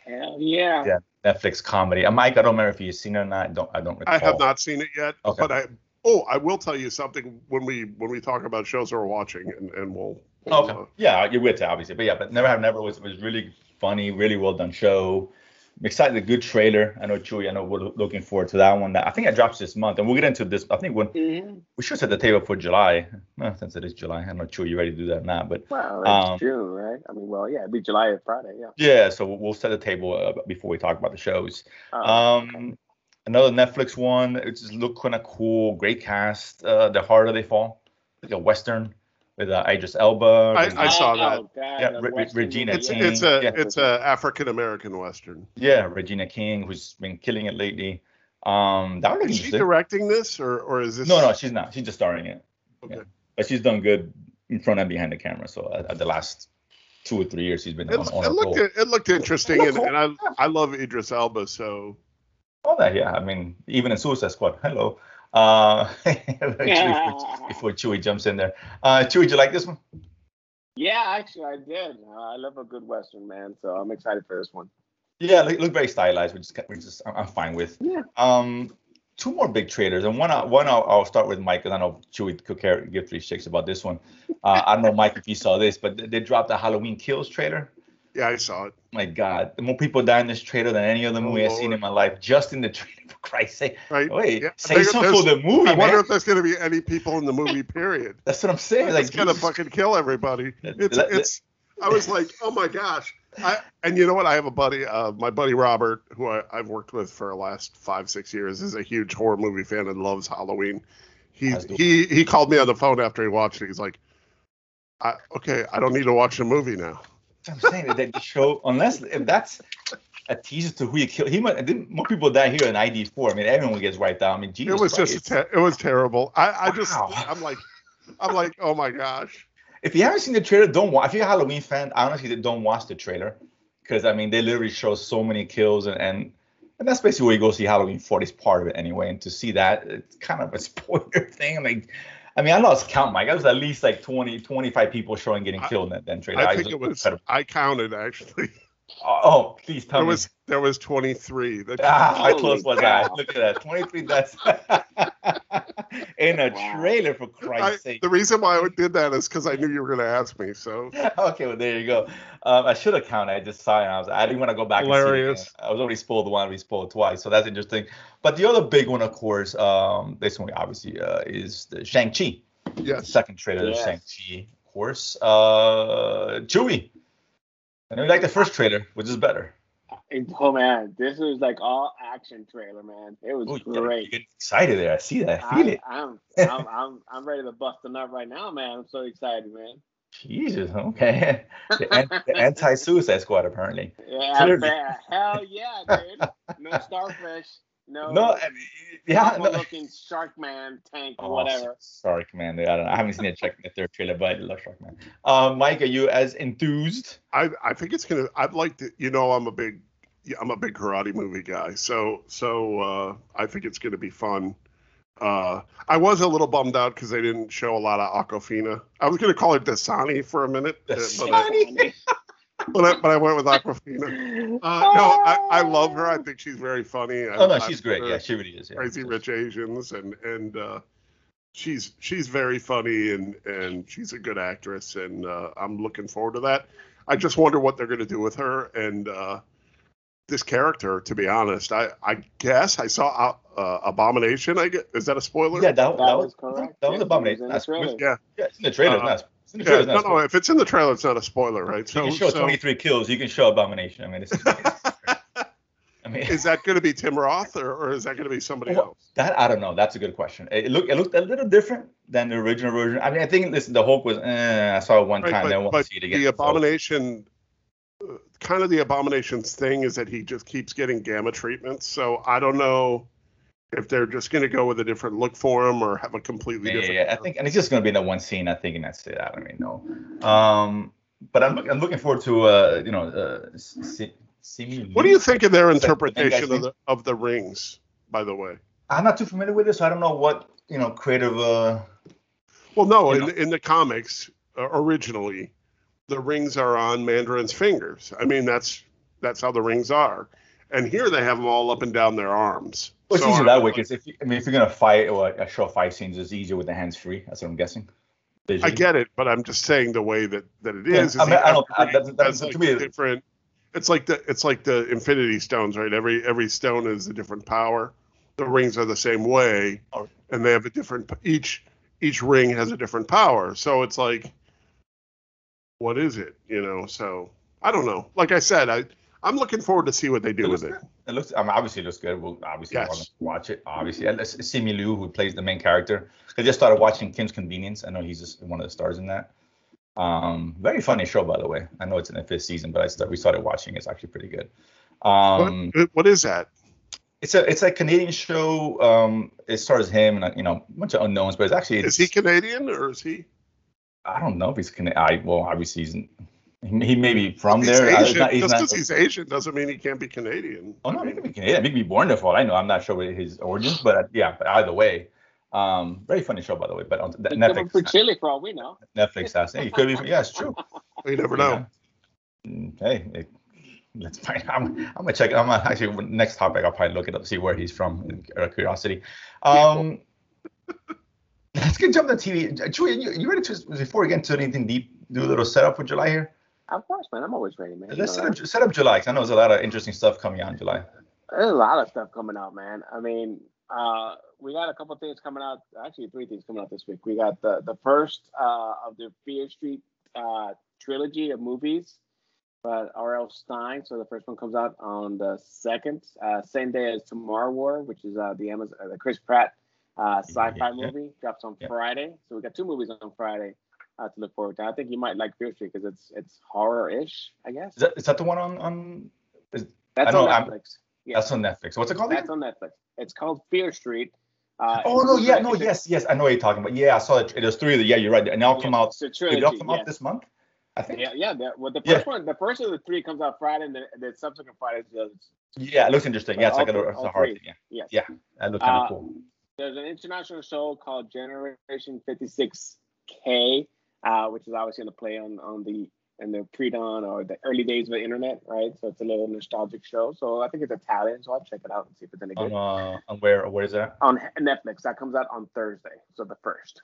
Speaker 2: Hell yeah.
Speaker 1: Yeah. Netflix comedy. Uh, Mike, I don't remember if you've seen it or not. I don't I don't recall.
Speaker 3: I have not seen it yet,
Speaker 1: Okay.
Speaker 3: but I oh I will tell you something when we when we talk about shows we're watching and and we'll. we'll,
Speaker 1: Okay.
Speaker 3: uh,
Speaker 1: Yeah, you would obviously, but yeah, but Never Have Never was was really funny, really well done show. I'm excited, a good trailer. I know Chewy, I know we're loo- looking forward to that one. That I think it drops this month, and we'll get into this. I think when
Speaker 2: hmm
Speaker 1: we should set the table for July, well, since it is July. I'm not sure you ready to do that or not, but
Speaker 2: Well, that's
Speaker 1: Um,
Speaker 2: June, right? I mean, well, yeah, it'd be July or Friday, yeah.
Speaker 1: yeah, so we'll- we'll set the table uh, before we talk about the shows.
Speaker 2: Uh,
Speaker 1: Um, another Netflix one. It just looked kind of cool. Great cast. Uh, the harder they fall, like a western with uh, Idris Elba.
Speaker 3: I- I saw
Speaker 2: oh,
Speaker 3: that.
Speaker 2: God, the
Speaker 1: Re- Re-
Speaker 2: Western
Speaker 1: Regina
Speaker 2: movie.
Speaker 3: It's
Speaker 1: King.
Speaker 3: it's a
Speaker 1: Mm, Yeah.
Speaker 3: it's a African American western.
Speaker 1: yeah, Regina King, who's been killing it lately. Um, that would look
Speaker 3: Is she
Speaker 1: interesting.
Speaker 3: directing this or or is this?
Speaker 1: No, no, she's not. She's just starring in it.
Speaker 3: Okay.
Speaker 1: Yeah. But she's done good in front and behind the camera. So uh, uh, the last two or three years, she's been
Speaker 3: It,
Speaker 1: on, on
Speaker 3: it
Speaker 1: a roll.
Speaker 3: looked it looked interesting
Speaker 1: It
Speaker 3: and,
Speaker 1: looked
Speaker 3: and I I love Idris Elba so
Speaker 1: All that, yeah. I mean, even in Suicide Squad, hello. Uh, <laughs> before, before Chewie jumps in there, uh, Chewie, do you like this one?
Speaker 2: <laughs> Yeah, actually, I did. Uh, I love a good Western, man, so I'm excited for this one.
Speaker 1: Yeah, look, look very stylized, which is which is I'm I'm fine with.
Speaker 2: Yeah.
Speaker 1: Um, two more big traders, and one I- one I'll, I'll start with Mike, because I know Chewy could care give three shakes about this one. Uh, I don't know Mike if you saw this, but they- they dropped the Halloween Kills trailer.
Speaker 3: yeah I saw it.
Speaker 1: My God, the more people die in this trailer than any other
Speaker 3: Oh,
Speaker 1: movie I've seen
Speaker 3: Lord.
Speaker 1: in my life. Just in the trailer, <laughs> for Christ's sake!
Speaker 3: Right.
Speaker 1: Wait,
Speaker 3: Yeah,
Speaker 1: say
Speaker 3: there-
Speaker 1: something for the movie,
Speaker 3: I
Speaker 1: Oh,
Speaker 3: wonder
Speaker 1: man.
Speaker 3: if there's going to be any people in the movie. Period.
Speaker 1: That's what I'm saying.
Speaker 3: It's
Speaker 1: Like,
Speaker 3: going to
Speaker 1: Jesus
Speaker 3: fucking kill everybody.
Speaker 1: Let-
Speaker 3: It's
Speaker 1: let-
Speaker 3: it's. I was like, oh my gosh. I, and you know what? I have a buddy, uh, my buddy Robert, who I, I've worked with for the last five, six years, is a huge horror movie fan and loves Halloween. He
Speaker 1: As do
Speaker 3: he he called me on the phone after he watched it. He's like, I, "Okay, I don't need to watch the movie now."
Speaker 1: That's what I'm saying that- that the show, unless if that's a teaser to who you kill, he might. didn't- More people die here in ID four. I mean, everyone gets wiped out. I mean, Jesus
Speaker 3: it was
Speaker 1: Christ.
Speaker 3: just ter- it was terrible. I I just
Speaker 1: Wow.
Speaker 3: I'm like I'm like oh my gosh.
Speaker 1: if you haven't seen the trailer, don't watch. If you're a Halloween fan, honestly, don't watch the trailer because I mean, they literally show so many kills and and. And that's basically where you go see Halloween 40 is part of it anyway. And to see that, it's kind of a <laughs> spoiler thing. I mean, I mean, I lost count, Mike. It was at least like 20, 25 people showing getting
Speaker 3: I-
Speaker 1: killed in that, that trailer.
Speaker 3: I think it was
Speaker 1: incredible.
Speaker 3: I counted actually.
Speaker 1: Oh, oh, please tell
Speaker 3: There
Speaker 1: me.
Speaker 3: was there was 23. That,
Speaker 1: <laughs> Ah, how
Speaker 2: Holy
Speaker 1: close was I?
Speaker 2: cow.
Speaker 1: Look at that. 23 deaths <laughs> in a
Speaker 2: Wow.
Speaker 1: trailer, for
Speaker 3: I,
Speaker 1: Christ's sake.
Speaker 3: the reason why I did that is because I knew you were going to ask me. So
Speaker 1: <laughs> Okay, well, there you go. Um, I should have counted. I just saw it. And I was. I didn't want to go back. And see
Speaker 3: Hilarious.
Speaker 1: it again. I was already spoiled one. We spoiled twice, so that's interesting. But the other big one, of course, um, this one obviously uh, is the Shang Chi,
Speaker 3: yes,
Speaker 1: second trailer
Speaker 2: Yes.
Speaker 1: of Shang Chi, of course. Uh, Chewie, And I like the first trailer, which is better.
Speaker 2: And, oh man, this was like all action trailer, man. It was
Speaker 1: Ooh, you gotta-
Speaker 2: great. Ah.
Speaker 1: You get excited there. I see that. I feel it. <laughs>
Speaker 2: am I'm, I'm, I'm ready to bust a nut right now, man. I'm so excited, man.
Speaker 1: Jesus. Okay. <laughs> The, an- the anti-suicide squad apparently.
Speaker 2: Yeah,
Speaker 1: Clearly.
Speaker 2: man. hell yeah, dude.
Speaker 1: <laughs>
Speaker 2: No starfish. No,
Speaker 1: No. I mean, yeah. No.
Speaker 2: looking shark man tank,
Speaker 1: Oh,
Speaker 2: whatever.
Speaker 1: Sorry, Commander. I don't. know. I haven't seen a check the third trailer, but I love Sharkman. Um, Mike, are you as enthused?
Speaker 3: I I think it's gonna. I'd like to. You know, I'm a big, yeah, I'm a big karate movie guy. So so uh, I think it's gonna be fun. Uh, I was a little bummed out because they didn't show a lot of Aquafina. I was gonna call her Dasani for a minute, uh, but,
Speaker 1: <laughs>
Speaker 3: I, but, I, but I went with Aquafina. Uh, no, I, I love her. I think she's very funny. I,
Speaker 1: Oh no,
Speaker 3: I-
Speaker 1: she's great.
Speaker 3: her-
Speaker 1: Yeah, she really is. Yeah.
Speaker 3: Crazy Rich Asians, and and uh, she's she's very funny, and and she's a good actress, and uh, I'm looking forward to that. I just wonder what they're going to do with her and uh, this character. To be honest, I I guess I saw uh, uh, Abomination. I guess is that a spoiler?
Speaker 1: Yeah, that, that,
Speaker 2: That
Speaker 1: was,
Speaker 2: was correct.
Speaker 1: That was
Speaker 2: Yeah, it was
Speaker 1: abomination.
Speaker 2: in the
Speaker 1: That's-
Speaker 2: trailer.
Speaker 3: yeah.
Speaker 1: Yeah, it's in the trailer.
Speaker 3: Uh,
Speaker 1: it's not- it's in the
Speaker 3: Yeah,
Speaker 1: trailer. it's
Speaker 3: no,
Speaker 1: not
Speaker 3: no. If it's in the trailer, it's not a spoiler, right?
Speaker 1: you can show 23 kills. You can show abomination. I mean, it's.
Speaker 3: <laughs>
Speaker 1: I mean,
Speaker 3: is that going to be Tim Roth or, or is that going to be somebody
Speaker 1: Well,
Speaker 3: else?
Speaker 1: That I don't know. That's a good question. It, it looked it looked a little different than the original version. I mean, I think listen, the Hulk was. Eh, I saw it one
Speaker 3: Right,
Speaker 1: time.
Speaker 3: but-
Speaker 1: then I want to
Speaker 3: but
Speaker 1: see it again.
Speaker 3: the
Speaker 1: So,
Speaker 3: abomination uh, kind of the abomination's thing is that he just keeps getting gamma treatments so i don't know if they're just going to go with a different look for him or have a completely
Speaker 1: yeah, yeah,
Speaker 3: different
Speaker 1: yeah. I think, and it's just gonna be that one scene. I think, and that's it. I don't even know. Um, but I'm look- I'm looking forward to uh, you know, uh, s- see, see me.
Speaker 3: what do you think of their
Speaker 1: Is that the main guy's
Speaker 3: interpretation
Speaker 1: name?
Speaker 3: of the, of the rings by the way
Speaker 1: I'm not too familiar with this. So I don't know what you know, creative. Uh,
Speaker 3: well no
Speaker 1: You
Speaker 3: in, in the comics uh, originally the rings are on mandarin's fingers i mean that's that's how the rings are and here they have them all up and down their arms
Speaker 1: Well, it's
Speaker 3: So
Speaker 1: easier
Speaker 3: I-
Speaker 1: that way because if you, I mean, if you're gonna fight or uh, show fight scenes, it's easier with the hands free. That's what I'm guessing.
Speaker 3: I
Speaker 1: Visually.
Speaker 3: get it, but I'm just saying the way that that it
Speaker 1: Yeah,
Speaker 3: is. is
Speaker 1: I mean,
Speaker 3: the
Speaker 1: I don't- I-
Speaker 3: every-
Speaker 1: that- that-
Speaker 3: has,
Speaker 1: to
Speaker 3: like,
Speaker 1: me-
Speaker 3: different. It's like the it's like the Infinity Stones, right? Every every stone is a different power. The rings are the same way,
Speaker 1: Oh.
Speaker 3: and they have a different each each ring has a different power. So it's like, what is it? You know? So I don't know. Like I said, I I'm looking forward to see what they do with it.
Speaker 1: It looks. I mean, obviously, it looks good. We'll obviously
Speaker 3: Yes.
Speaker 1: want to watch it. Obviously, and it's Simi Liu, who plays the main character, I just started watching Kim's Convenience. I know he's just one of the stars in that. Um, very funny show, by the way. I know it's in the fifth season, but I started, we started watching. It's actually pretty good. Um,
Speaker 3: what, uh, what is that?
Speaker 1: it's a it's a Canadian show. Um, it stars him and uh, you know a bunch of unknowns, but it's actually
Speaker 3: Is
Speaker 1: it's,
Speaker 3: he Canadian or is he?
Speaker 1: I don't know if he's Canadian. I well, obviously he's he he may be from
Speaker 3: He's
Speaker 1: there. I- it's
Speaker 3: Asian.
Speaker 1: not- he's
Speaker 3: just
Speaker 1: not-
Speaker 3: because he's Asian doesn't mean he can't be Canadian.
Speaker 1: Oh no, he could be Canadian. He could be born there for all I know. I'm not sure what his origins, but uh, yeah. But either way, um, very funny show by the way. But on th-
Speaker 2: They took him
Speaker 1: Netflix, uh,
Speaker 2: for Chile for all we know.
Speaker 1: Netflix has hey, it could be. Yeah, it's true.
Speaker 3: You never know.
Speaker 1: You know? Mm, Hey, it- let's find. I'm, I'm gonna check. I'm gonna, actually next topic. I'll probably look it up, see where he's from. Out of curiosity. Um, <laughs> let's get jump to TV. Chewy, Uh, you, you ready to before we get into anything deep? Do a little setup for July here.
Speaker 2: Of course, man. I'm always ready, man. You
Speaker 1: Let's
Speaker 2: know
Speaker 1: set up,
Speaker 2: that.
Speaker 1: set up July 'cause I know there's a lot of interesting stuff coming out in July.
Speaker 2: There's a lot of stuff coming out, man. I mean, uh, we got a couple things coming out. Actually, three things coming out this week. We got the the first uh, of the Fear Street uh, trilogy of movies by R.L. Stein. So the first one comes out on the second, uh, same day as Tomorrow War, which is uh, the Amazon, uh, the Chris Pratt uh, sci-fi
Speaker 1: Yeah.
Speaker 2: movie, drops on
Speaker 1: Yeah.
Speaker 2: Friday. So we got two movies on Friday uh, to look forward to. I think you might like Fear Street because it's it's horror-ish, I guess.
Speaker 1: Is that, is that the one on on
Speaker 2: That's
Speaker 1: know,
Speaker 2: on
Speaker 1: I'm-
Speaker 2: Netflix. Yeah.
Speaker 1: That's on Netflix. What's it called?
Speaker 2: That's
Speaker 1: again?
Speaker 2: on Netflix. It's called Fear Street. Uh,
Speaker 1: oh
Speaker 2: it's-
Speaker 1: no, yeah, no,
Speaker 2: it's a-
Speaker 1: yes, yes. I know what you're talking about. Yeah, I saw it. There's three of the. Yeah, you're right. And they'll come
Speaker 2: yeah,
Speaker 1: out.
Speaker 2: It's a
Speaker 1: Did
Speaker 2: trilogy.
Speaker 1: they all come
Speaker 2: yeah.
Speaker 1: out this month? I think.
Speaker 2: yeah, yeah. The, well, the
Speaker 1: Yeah.
Speaker 2: first one, the first of the three comes out Friday, and the, the subsequent Fridays. the others.
Speaker 1: Yeah, it looks interesting. Yeah, it's
Speaker 2: All
Speaker 1: like a,
Speaker 2: three-
Speaker 1: it's a
Speaker 2: all
Speaker 1: hard
Speaker 2: three.
Speaker 1: thing. Yeah,
Speaker 2: Yes.
Speaker 1: Yeah. that looked kind of
Speaker 2: Uh,
Speaker 1: cool.
Speaker 2: There's an international show called Generation 56K, uh, which is obviously going to play on on the in the pre-dawn or the early days of the internet, right? So it's a little nostalgic show. So I think it's Italian, so I'll check it out and see if it's any
Speaker 1: On
Speaker 2: good.
Speaker 1: uh, on where where is that?
Speaker 2: on Netflix. That comes out on Thursday, so the first.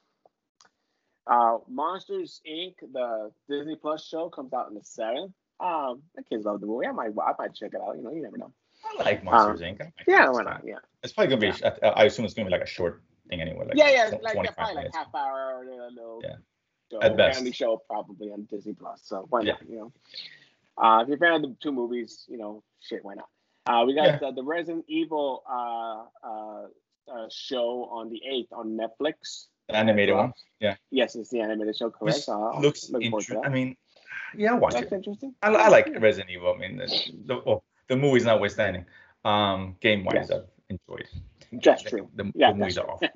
Speaker 2: Uh, Monsters Inc. the Disney Plus show comes out on the seventh. Um, the kids love the movie. I might, I might check it out. You know, you never know.
Speaker 1: I like Monsters Inc. I like
Speaker 2: Uh, Yeah,
Speaker 1: that
Speaker 2: why
Speaker 1: style.
Speaker 2: not? Yeah,
Speaker 1: It's probably gonna be. I, I assume it's gonna be like a short thing anyway. Like
Speaker 2: yeah, yeah.
Speaker 1: tw-
Speaker 2: Like yeah,
Speaker 1: 25
Speaker 2: probably like
Speaker 1: minutes.
Speaker 2: half hour or a little.
Speaker 1: Yeah.
Speaker 2: Show,
Speaker 1: At best.
Speaker 2: family show probably on Disney Plus. So why
Speaker 1: Yeah.
Speaker 2: not? You know. Uh, if you're a fan of the two movies, you know, shit, why not? Uh, we got uh, the Resident Evil uh, uh, uh, show on the 8th on Netflix.
Speaker 1: The animated one. Yeah.
Speaker 2: Yes, it's the animated show,
Speaker 1: Which
Speaker 2: correct? Uh, I'll
Speaker 1: looks
Speaker 2: look forward to
Speaker 1: interesting. I
Speaker 2: that.
Speaker 1: mean, yeah, I'll watch
Speaker 2: That's
Speaker 1: it.
Speaker 2: interesting.
Speaker 1: I, I like Resident Evil. I mean, the, the, oh, the movie's notwithstanding. Um, game wise,
Speaker 2: Yes.
Speaker 1: I've enjoyed.
Speaker 2: That's
Speaker 1: The-
Speaker 2: true.
Speaker 1: The,
Speaker 2: Yeah,
Speaker 1: the movies
Speaker 2: that's
Speaker 1: are
Speaker 2: <laughs>
Speaker 1: awful.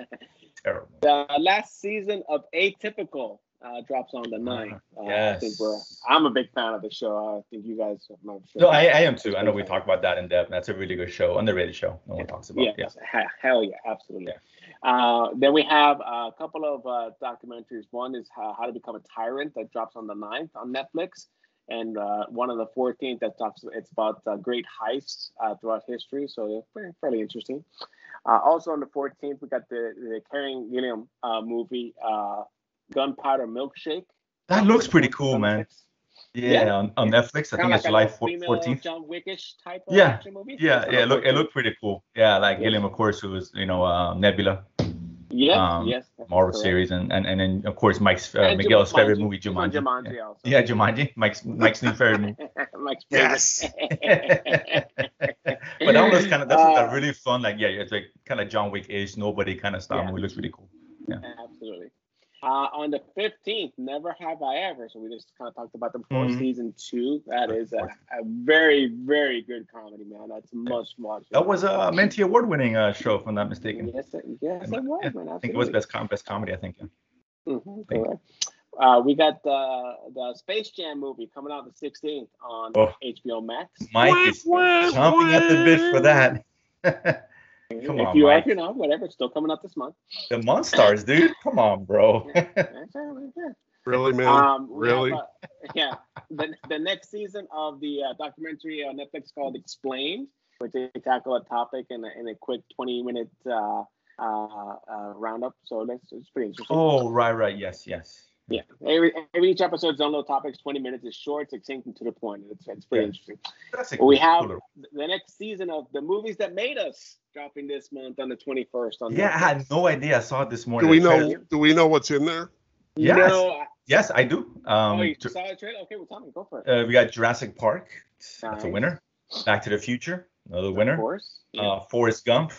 Speaker 1: Terrible.
Speaker 2: The last season of Atypical uh, drops on the 9th. Uh, I think
Speaker 1: Ah, yes.
Speaker 2: we're, I'm a big fan of the show. I think you guys are not sure.
Speaker 1: No, I, I am too. I know we talked about that in depth. That's a really good show, underrated show. No one talks about.
Speaker 2: Yeah,
Speaker 1: Yeah. yeah.
Speaker 2: he- hell yeah, absolutely. Uh, then we have a couple of uh, documentaries. One is uh, How to Become a Tyrant that drops on the 9th on Netflix, and uh, one on the 14th that talks. It's about uh, great heists uh, throughout history, so they're pretty, fairly interesting. Uh, also on the 14th, we got the the Karen Gilliam uh, movie uh, Gunpowder Milkshake.
Speaker 1: That looks pretty cool,
Speaker 2: On
Speaker 1: man.
Speaker 2: Netflix.
Speaker 1: Yeah,
Speaker 2: Yeah.
Speaker 1: on, on Netflix. I think
Speaker 2: Kinda
Speaker 1: it's July
Speaker 2: like a
Speaker 1: four-
Speaker 2: female
Speaker 1: 14th.
Speaker 2: John Wickish type of
Speaker 1: Yeah.
Speaker 2: action movie. It's
Speaker 1: Yeah,
Speaker 2: on
Speaker 1: yeah,
Speaker 2: the
Speaker 1: it look, it
Speaker 2: 14th.
Speaker 1: looked pretty cool. Yeah, like
Speaker 2: Yes.
Speaker 1: Gilliam, of course, who was you know uh, Nebula
Speaker 2: Yes,
Speaker 1: um,
Speaker 2: yes. that's
Speaker 1: Marvel
Speaker 2: correct.
Speaker 1: series, and and and then of course Mike's uh,
Speaker 2: And
Speaker 1: Miguel's
Speaker 2: Jumanji.
Speaker 1: favorite movie
Speaker 2: He's on
Speaker 1: Jumanji.
Speaker 2: Jumanji also.
Speaker 1: Yeah. yeah, Jumanji. Mike's Mike's new favorite
Speaker 2: <laughs>
Speaker 1: movie. <laughs>
Speaker 2: Mike's favorite.
Speaker 3: Yes.
Speaker 1: but that was kind of that's
Speaker 2: Uh,
Speaker 1: a really fun like yeah it's like kind of John Wick ish nobody kind of style
Speaker 2: Yeah.
Speaker 1: movie looks really cool.
Speaker 2: <laughs> Absolutely. Uh, on the 15th, Never Have I Ever. So we just kind of talked about them before
Speaker 1: Mhm.
Speaker 2: season two. That is a, a very, very good comedy, man. That's must watch.
Speaker 1: That was uh, a Menti award winning uh, show if I'm not mistaken.
Speaker 2: Yes, it, yes,
Speaker 1: Yeah,
Speaker 2: it was,
Speaker 1: I
Speaker 2: man.
Speaker 1: I think it was best com- best comedy I think. Yeah.
Speaker 2: hmm
Speaker 1: Thank you.
Speaker 2: correct. Uh, we got the the Space Jam movie coming out the 16th on
Speaker 1: Oh.
Speaker 2: HBO Max.
Speaker 1: Mike is chomping at the bit for that. <laughs> Come
Speaker 2: if
Speaker 1: on,
Speaker 2: you
Speaker 1: Mike.
Speaker 2: are, you know, whatever. It's still coming out this
Speaker 1: <laughs>
Speaker 2: month.
Speaker 1: the Monstars, dude. Come on, bro.
Speaker 2: That's all right, yeah.
Speaker 3: Really, man?
Speaker 2: Um, we
Speaker 3: really?
Speaker 2: have, uh, yeah. The, the next season of the uh, documentary on Netflix called Explained, where they tackle a topic in a, in a quick 20 minute uh, uh, uh, roundup. So that's it's pretty interesting.
Speaker 1: oh, right, right. Yes, yes.
Speaker 2: Yeah. Every, every each episode's on those topics. 20 minutes is short, succinct, and to the point. It's, it's pretty
Speaker 1: Yeah.
Speaker 2: interesting.
Speaker 1: That's a
Speaker 2: Well, we
Speaker 1: cool-
Speaker 2: have-
Speaker 1: cooler.
Speaker 2: The next season of the movies that made us dropping this month on the 21st. On
Speaker 1: Yeah, I had
Speaker 2: Netflix.
Speaker 1: no idea. I saw it this morning.
Speaker 3: do we
Speaker 1: The
Speaker 3: know?
Speaker 1: trailer.
Speaker 3: Do we know what's in there?
Speaker 1: Yes.
Speaker 2: No, I-
Speaker 1: Yes, I do. Um,
Speaker 2: oh, you
Speaker 1: Ju-
Speaker 2: saw the trailer? Okay, well, Tommy, go for it.
Speaker 1: uh, we got Jurassic Park. That's a
Speaker 2: Nice.
Speaker 1: winner. Back to the Future, another
Speaker 2: Of
Speaker 1: winner.
Speaker 2: course.
Speaker 1: Uh, Forrest Gump,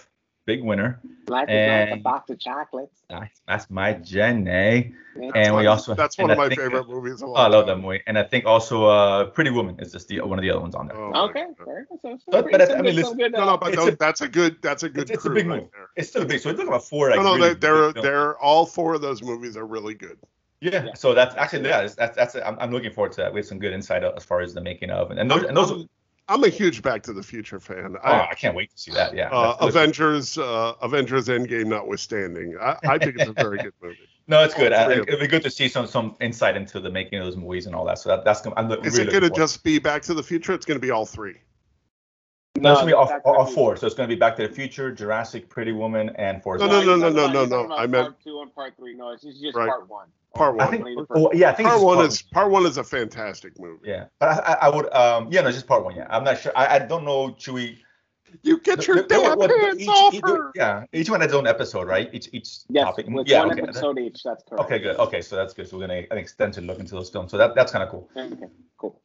Speaker 1: big winner.
Speaker 2: Life is not a
Speaker 1: and-
Speaker 2: box of chocolates.
Speaker 1: That's, that's my gen, eh?
Speaker 2: It's-
Speaker 1: And we
Speaker 3: That's-
Speaker 1: also
Speaker 3: That's
Speaker 1: and
Speaker 3: one of
Speaker 1: I
Speaker 3: my
Speaker 1: think- <laughs>
Speaker 3: favorite movies. Of all
Speaker 1: Oh, I love that
Speaker 3: time.
Speaker 1: movie. And I think also uh, Pretty Woman is just the one of the other ones on there.
Speaker 3: Oh, my
Speaker 2: Okay,
Speaker 3: God.
Speaker 2: very good. So, so
Speaker 1: But-
Speaker 2: pretty-
Speaker 1: but I-
Speaker 2: some
Speaker 1: I mean,
Speaker 2: good-
Speaker 1: listen-
Speaker 2: some good,
Speaker 3: No, no,
Speaker 2: uh,
Speaker 3: but
Speaker 1: It's
Speaker 3: those,
Speaker 1: a-
Speaker 3: that's a good. That's a good
Speaker 1: It's- it's a
Speaker 3: crew
Speaker 1: big
Speaker 3: right
Speaker 1: movie.
Speaker 3: there.
Speaker 1: It's still big. So we're talking about four. Like,
Speaker 3: no, no,
Speaker 1: really
Speaker 3: they, they're
Speaker 1: big films.
Speaker 3: they're all four of those movies are really good.
Speaker 1: Yeah.
Speaker 2: Yeah.
Speaker 1: So that's actually yeah. That's that's, that's I'm, I'm looking forward to that. We have some good insight as far as the making of and, and those and those. Oh,
Speaker 3: I'm, I'm a huge Back to the Future fan. I,
Speaker 1: I can't wait to see that. Yeah.
Speaker 3: uh,
Speaker 1: Oh, that's good.
Speaker 3: Avengers, uh, Avengers Endgame notwithstanding, I, I think it's a very
Speaker 1: <laughs>
Speaker 3: good movie.
Speaker 1: No, it's good.
Speaker 3: all
Speaker 1: I,
Speaker 3: three
Speaker 1: I-
Speaker 3: of
Speaker 1: it'd be good to see some some insight into the making of those movies and all that. So that, that's gonna- I'm look-
Speaker 3: Is
Speaker 1: really
Speaker 3: it going to
Speaker 1: looking forward.
Speaker 3: just be Back to the Future? It's going to be all three.
Speaker 1: no, it's gonna be all,
Speaker 2: Back to the
Speaker 1: all
Speaker 2: Future.
Speaker 1: four. So it's gonna be Back to the Future, Jurassic, Pretty Woman, and Forrest.
Speaker 3: No,
Speaker 1: Gump.
Speaker 3: no,
Speaker 2: you're
Speaker 3: no,
Speaker 2: talking
Speaker 3: no,
Speaker 2: about-
Speaker 3: no,
Speaker 2: you're
Speaker 3: no,
Speaker 2: talking about
Speaker 3: I meant-
Speaker 2: part two and part three. No, it's just, just
Speaker 3: Right.
Speaker 2: part one.
Speaker 3: Part
Speaker 1: I
Speaker 3: one.
Speaker 1: think.
Speaker 2: Only the first
Speaker 1: Oh, yeah, I think
Speaker 3: Part
Speaker 1: it's
Speaker 3: one
Speaker 1: part-
Speaker 3: is part one is a fantastic movie.
Speaker 1: Yeah, but I, I, I would. Um, yeah, no, just part one. Yeah, I'm not sure. I, I don't know Chewie.
Speaker 3: You get your
Speaker 1: They- they-
Speaker 3: damn
Speaker 1: what- they-
Speaker 3: hands
Speaker 1: each-
Speaker 3: off
Speaker 1: each-
Speaker 3: her!
Speaker 1: Yeah, each one has its own episode, right? Each each
Speaker 2: Yes,
Speaker 1: topic.
Speaker 2: with
Speaker 1: yeah.
Speaker 2: one
Speaker 1: okay.
Speaker 2: episode each. That's correct.
Speaker 1: Okay, good. Okay, so that's good. So we're gonna an extensive look into those films. So that that's kind of cool.
Speaker 2: Okay, cool.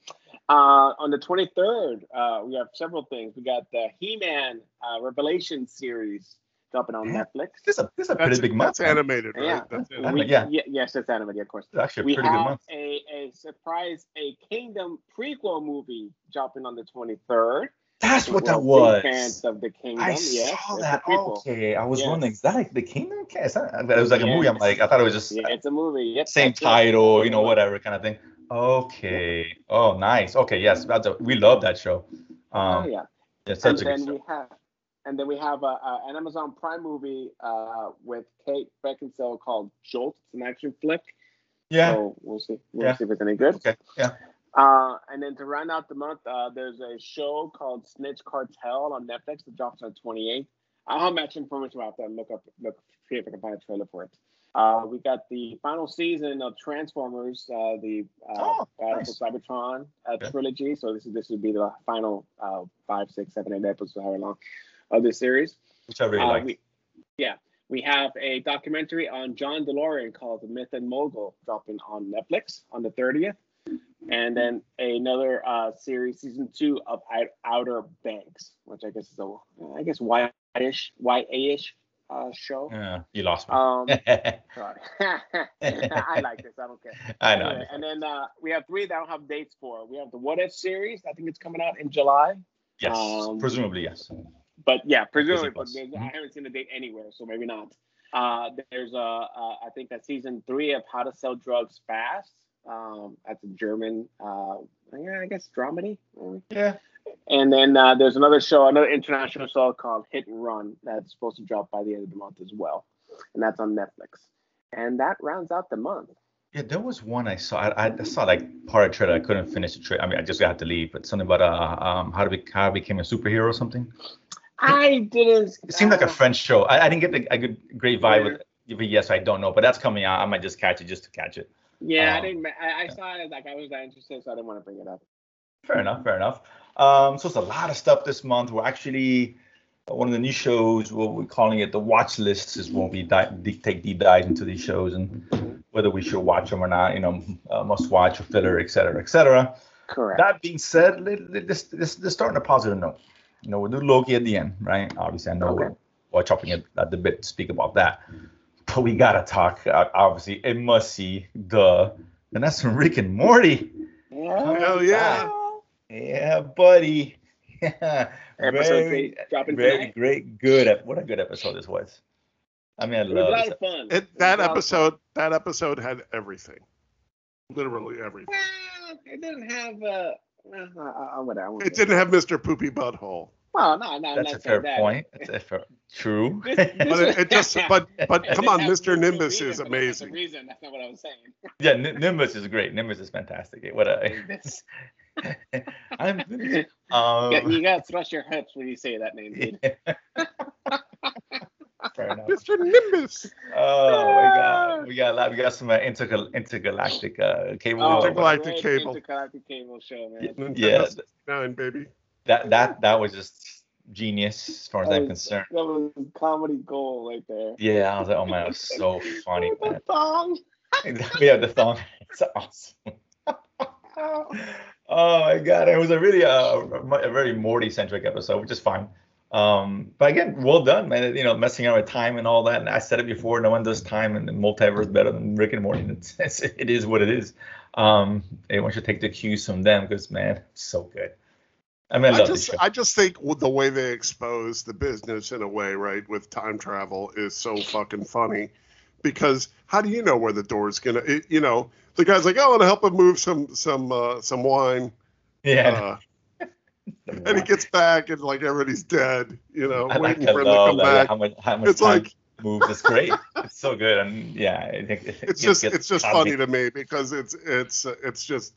Speaker 2: Uh, on the 23rd, uh, we have several things. We got the He-Man uh, Revelation series dropping on
Speaker 1: Yeah.
Speaker 2: Netflix.
Speaker 1: This is a this is a
Speaker 3: That's,
Speaker 1: pretty big month.
Speaker 3: that's animated, right?
Speaker 2: Yeah.
Speaker 3: That's
Speaker 1: Yeah.
Speaker 2: We-
Speaker 3: animated.
Speaker 1: Yeah.
Speaker 2: ye- yes, it's animated, of course.
Speaker 1: It's actually
Speaker 2: we
Speaker 1: a pretty good
Speaker 2: have
Speaker 1: month.
Speaker 2: a, a surprise, a Kingdom prequel movie dropping on the 23rd.
Speaker 1: That's what that
Speaker 2: We're big Fans
Speaker 1: was.
Speaker 2: of the Kingdom.
Speaker 1: I
Speaker 2: yes,
Speaker 1: saw
Speaker 2: it's a
Speaker 1: that.
Speaker 2: prequel.
Speaker 1: Okay, I was
Speaker 2: Yes.
Speaker 1: wondering, is that like the Kingdom? Okay, is that, it was like a
Speaker 2: Yeah.
Speaker 1: movie. I'm like, I thought it was just
Speaker 2: Yeah, it's a movie. Yep,
Speaker 1: same
Speaker 2: that's it.
Speaker 1: title, you know, whatever kind of thing. Okay. Oh, nice. Okay, yes, that's a, we love that show.
Speaker 2: Oh
Speaker 1: Um,
Speaker 2: yeah.
Speaker 1: it's
Speaker 2: And
Speaker 1: such a good
Speaker 2: then we
Speaker 1: show.
Speaker 2: have, and then we have a, a, an Amazon Prime movie uh, with Kate Beckinsale called Jolt. It's an action flick.
Speaker 1: Yeah.
Speaker 2: So we'll see. We'll
Speaker 1: Yeah.
Speaker 2: see if it's any good.
Speaker 1: Okay, yeah.
Speaker 2: Uh, and then to round out the month, uh, there's a show called Snitch Cartel on Netflix that drops on 28th. I'll have match information about that and look up, look, see if I can find a trailer for it. Uh, we got the final season of Transformers, uh, the uh,
Speaker 1: Oh,
Speaker 2: Battle
Speaker 1: nice.
Speaker 2: for Cybertron uh,
Speaker 1: Yeah.
Speaker 2: trilogy. So this is this would be the final uh, five, six, seven, eight episodes, however long, of this series.
Speaker 1: Which I really
Speaker 2: Uh,
Speaker 1: like.
Speaker 2: we- yeah, we have a documentary on John DeLorean called The Myth and Mogul dropping on Netflix on the 30th. and then another uh, series, season two of I- Outer Banks, which I guess is a, I guess whitish, YA-ish uh, show.
Speaker 1: Uh, you lost me. <laughs>
Speaker 2: Um, sorry, <laughs> I like this. I don't care.
Speaker 1: <laughs> I know.
Speaker 2: Anyway, and then uh, we have three that I don't have dates for. We have the What If series. I think it's coming out in July.
Speaker 1: yes,
Speaker 2: um,
Speaker 1: presumably yes.
Speaker 2: But yeah, presumably,
Speaker 1: Disney
Speaker 2: but
Speaker 1: Plus.
Speaker 2: there's- I
Speaker 1: Mhm.
Speaker 2: haven't seen the date anywhere, so maybe not. Uh, there's uh, uh, I think that season three of How to Sell Drugs Fast. Um, that's a German, uh, yeah, I guess dramedy. maybe.
Speaker 1: Yeah.
Speaker 2: And then uh, there's another show, another international show called Hit and Run that's supposed to drop by the end of the month as well, and that's on Netflix. And that rounds out the month.
Speaker 1: Yeah, there was one I saw. I, I saw like part of the trailer. I couldn't finish the trailer. I mean, I just had to leave. But something about uh, um, how to be how I became a superhero or something.
Speaker 2: I didn't.
Speaker 1: It seemed like a
Speaker 2: uh,
Speaker 1: French show. I, I didn't get the, a good great vibe with. But yes, I don't know. But that's coming out. I might just catch it just to catch it.
Speaker 2: Yeah, I
Speaker 1: Um,
Speaker 2: didn't. ma- I, I saw it like I was that interested, so I didn't want to bring it up.
Speaker 1: Fair enough. Fair enough. Um, so it's a lot of stuff this month. We're actually uh, one of the new shows. What we're calling it the watch lists is when we di- di- take deep dives into these shows and whether we should watch them or not. You know, uh, must watch or filler, et cetera, et cetera.
Speaker 2: Correct.
Speaker 1: That being said, let, let, let's, let's, let's start on a positive note. You know, we'll do Loki at the end, right? Obviously, I know
Speaker 2: Okay.
Speaker 1: we're, we're chopping it at the bit to speak about that. But we got to talk, uh, obviously, a must see, duh. And that's from Rick and Morty.
Speaker 2: yeah.
Speaker 1: Oh,
Speaker 3: Hell yeah.
Speaker 1: Yeah, buddy. <laughs> Yeah.
Speaker 2: Episode
Speaker 1: Very,
Speaker 2: three dropping
Speaker 1: very
Speaker 2: tonight.
Speaker 1: great. Good. ep- What a good episode this was. I mean, I
Speaker 2: It was a
Speaker 1: love
Speaker 2: lot
Speaker 1: this.
Speaker 2: of fun. It
Speaker 3: It,
Speaker 2: was
Speaker 3: that
Speaker 2: a lot of fun.
Speaker 3: episode, that episode had everything, literally everything.
Speaker 2: Well, it didn't have. Uh, well, I, I, I, whatever, I won't
Speaker 3: It
Speaker 2: say
Speaker 3: didn't have Mr. Poopy Butthole,
Speaker 2: Well, no, no,
Speaker 1: That's
Speaker 2: I'm
Speaker 1: a
Speaker 2: not
Speaker 1: fair
Speaker 2: saying that.
Speaker 1: point. That's a fair.
Speaker 2: <laughs>
Speaker 1: True. <laughs>
Speaker 2: This- this
Speaker 3: <laughs> but it,
Speaker 2: <laughs>
Speaker 3: it just, but, but
Speaker 2: It
Speaker 3: come
Speaker 2: didn't
Speaker 3: on,
Speaker 2: have
Speaker 3: Mr.
Speaker 2: good
Speaker 3: Nimbus
Speaker 2: reason, but that's
Speaker 3: is
Speaker 2: not
Speaker 3: amazing.
Speaker 2: The reason that's not what I was
Speaker 3: <laughs>
Speaker 2: saying.
Speaker 1: yeah, Nim- Nimbus is great. Nimbus is fantastic. What a. <laughs>
Speaker 2: This- <laughs>
Speaker 1: I'm.
Speaker 2: yeah,
Speaker 1: Um, <laughs>
Speaker 3: <laughs>
Speaker 2: you gotta thrust your hips when you say that name. <laughs> Dude.
Speaker 1: Fair enough.
Speaker 3: Mr. Nimbus,
Speaker 1: Oh my god, we got a lot. We got some uh, intergal- intergalactic uh, cable.
Speaker 2: Oh,
Speaker 1: or whatever.
Speaker 3: Intergalactic
Speaker 2: great
Speaker 3: cable.
Speaker 2: Intergalactic cable show, man.
Speaker 1: Yeah,
Speaker 3: Nintendo
Speaker 1: yeah,
Speaker 3: 69, baby.
Speaker 1: that that that was just genius as far as
Speaker 2: That
Speaker 1: I'm
Speaker 2: was-
Speaker 1: concerned.
Speaker 2: That was comedy gold right there.
Speaker 1: Yeah, I was like, oh my, that was so
Speaker 2: <laughs>
Speaker 1: funny.
Speaker 2: With the
Speaker 1: man.
Speaker 2: thong.
Speaker 1: we have the thong. It's awesome. oh my god, it was a really uh, a very Morty centric episode, which is fine. Um, but again, well done, man. You know, messing around with time and all that. And I said it before, no one does time and the multiverse better than Rick and Morty. <laughs> It's, it's, it is what it is. Um, everyone should take the cues from them because man, so good. I mean, I,
Speaker 3: I
Speaker 1: love this
Speaker 3: just,
Speaker 1: show.
Speaker 3: I just think with the way they expose the business in a way, right, with time travel is so fucking funny, because how do you know where the door's gonna, it, you know, the guy's like, oh, I'll help him move some, some, uh, some wine,
Speaker 1: yeah,
Speaker 3: uh, and he gets back and like everybody's dead, you know,
Speaker 1: I like
Speaker 3: waiting
Speaker 1: I
Speaker 3: for him to come
Speaker 1: love that.
Speaker 3: back.
Speaker 1: How much how much
Speaker 3: It's
Speaker 1: time
Speaker 3: like
Speaker 1: moves? It's great. It's so good. And yeah, I think it
Speaker 3: it's
Speaker 1: gets-
Speaker 3: just,
Speaker 1: gets
Speaker 3: it's just
Speaker 1: cosmic.
Speaker 3: funny to me because it's, it's, uh, it's just.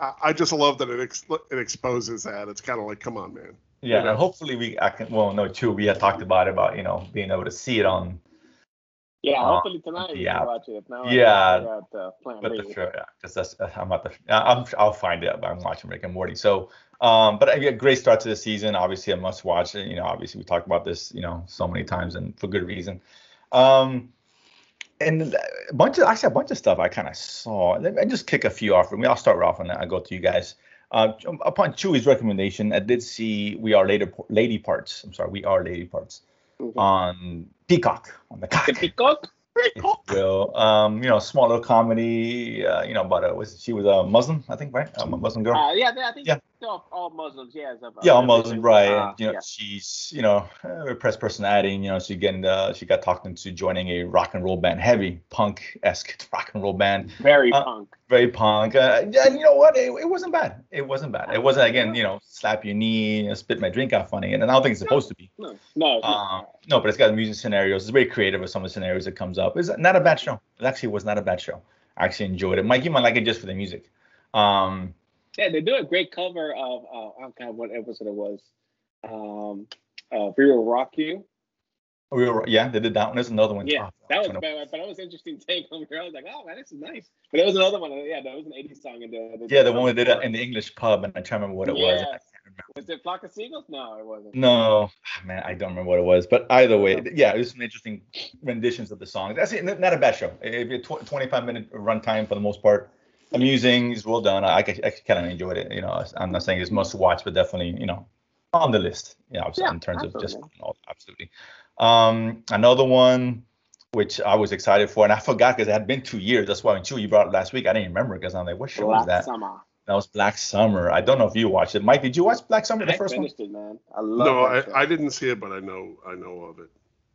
Speaker 3: I I just love that it ex- it exposes that. It's kind of like, come on, man.
Speaker 1: Yeah,
Speaker 3: know?
Speaker 1: and hopefully we I can well no too. We had talked about about you know being able to see it on
Speaker 2: Yeah,
Speaker 1: Uh,
Speaker 2: hopefully tonight you
Speaker 1: yeah.
Speaker 2: can watch it. If not,
Speaker 1: Yeah.
Speaker 2: Got, uh, plan
Speaker 1: but the
Speaker 2: B.
Speaker 1: sure because that's uh, I'm not the I'm I'll find it. I'm watching Rick and Morty. So um, but yeah, great start to the season. Obviously a must watch. You know, obviously we talked about this you know so many times and for good reason. Um, and a bunch of actually a bunch of stuff I kind of saw. Let me I just kick a few off. I mean, I'll start off and then I'll go to you guys. Uh, upon Chewy's recommendation, I did see We Are Lady, Lady Parts. I'm sorry, We Are Lady Parts.
Speaker 2: Mhm.
Speaker 1: on Peacock on the cock.
Speaker 2: The peacock?
Speaker 1: if you will. Um, you know, smaller comedy. Uh, you know, but uh, was she was a Muslim, I think, right? Um, a Muslim girl.
Speaker 2: Uh, yeah, I think
Speaker 1: Yeah.
Speaker 2: they're all, all Muslims. Yeah, it's a-
Speaker 1: yeah, a Muslim, right?
Speaker 2: Uh,
Speaker 1: you know,
Speaker 2: yeah.
Speaker 1: she's you know a repressed personality. And, you know, she getting uh, she got talked into joining a rock and roll band, heavy punk esque <laughs> rock and roll band,
Speaker 2: Very
Speaker 1: uh,
Speaker 2: punk.
Speaker 1: very punk. Uh, yeah, and you know what? It, it wasn't bad. It wasn't bad. It wasn't again, you know, slap your knee, you know, spit my drink out funny, and I don't think it's supposed to be.
Speaker 2: No, no. it's not.
Speaker 1: Um, no, but it's got music scenarios. It's very creative with some of the scenarios that comes up. It's not a bad show. It actually was not a bad show. I actually enjoyed it. Mike, you might like it just for the music. Um,
Speaker 2: Yeah, they do a great cover of uh, oh god, what episode it was? Um, uh, we will rock you.
Speaker 1: we were, yeah, they did that one. There's another one.
Speaker 2: Yeah,
Speaker 1: Oh,
Speaker 2: That was
Speaker 1: I'm trying
Speaker 2: bad, but that was an interesting take on here. I was like, oh man, this is nice. But there was another one. Yeah, that was an '80s song. In the,
Speaker 1: to- yeah, the one we did it in the English pub, and I can't remember what it was.
Speaker 2: Yes.
Speaker 1: I can't remember.
Speaker 2: Was it Flock of Seagulls? No, it wasn't.
Speaker 1: No, ah, man, I don't remember what it was. But either way, th- yeah, it was some interesting renditions of the song. That's it, n- not a bad show. If you tw- 25 minute runtime for the most part, amusing. It's well done. I, I kind of enjoyed it. You know, I'm not saying it's must watch, but definitely, you know, on the list. You know,
Speaker 2: Yeah,
Speaker 1: in terms of just
Speaker 2: absolutely.
Speaker 1: you know, absolutely. Um, another one which I was excited for, and I forgot because it had been two years. That's why when Chew you brought it last week, I didn't remember because I'm like, what show was
Speaker 2: Black
Speaker 1: that?
Speaker 2: Summer.
Speaker 1: That was Black Summer. I don't know if you watched it, Mike. Did you watch Black Summer the
Speaker 2: I
Speaker 1: first one?
Speaker 2: finished it, man. I love
Speaker 3: No,
Speaker 2: that show.
Speaker 3: I, I didn't see it, but I know I know of it.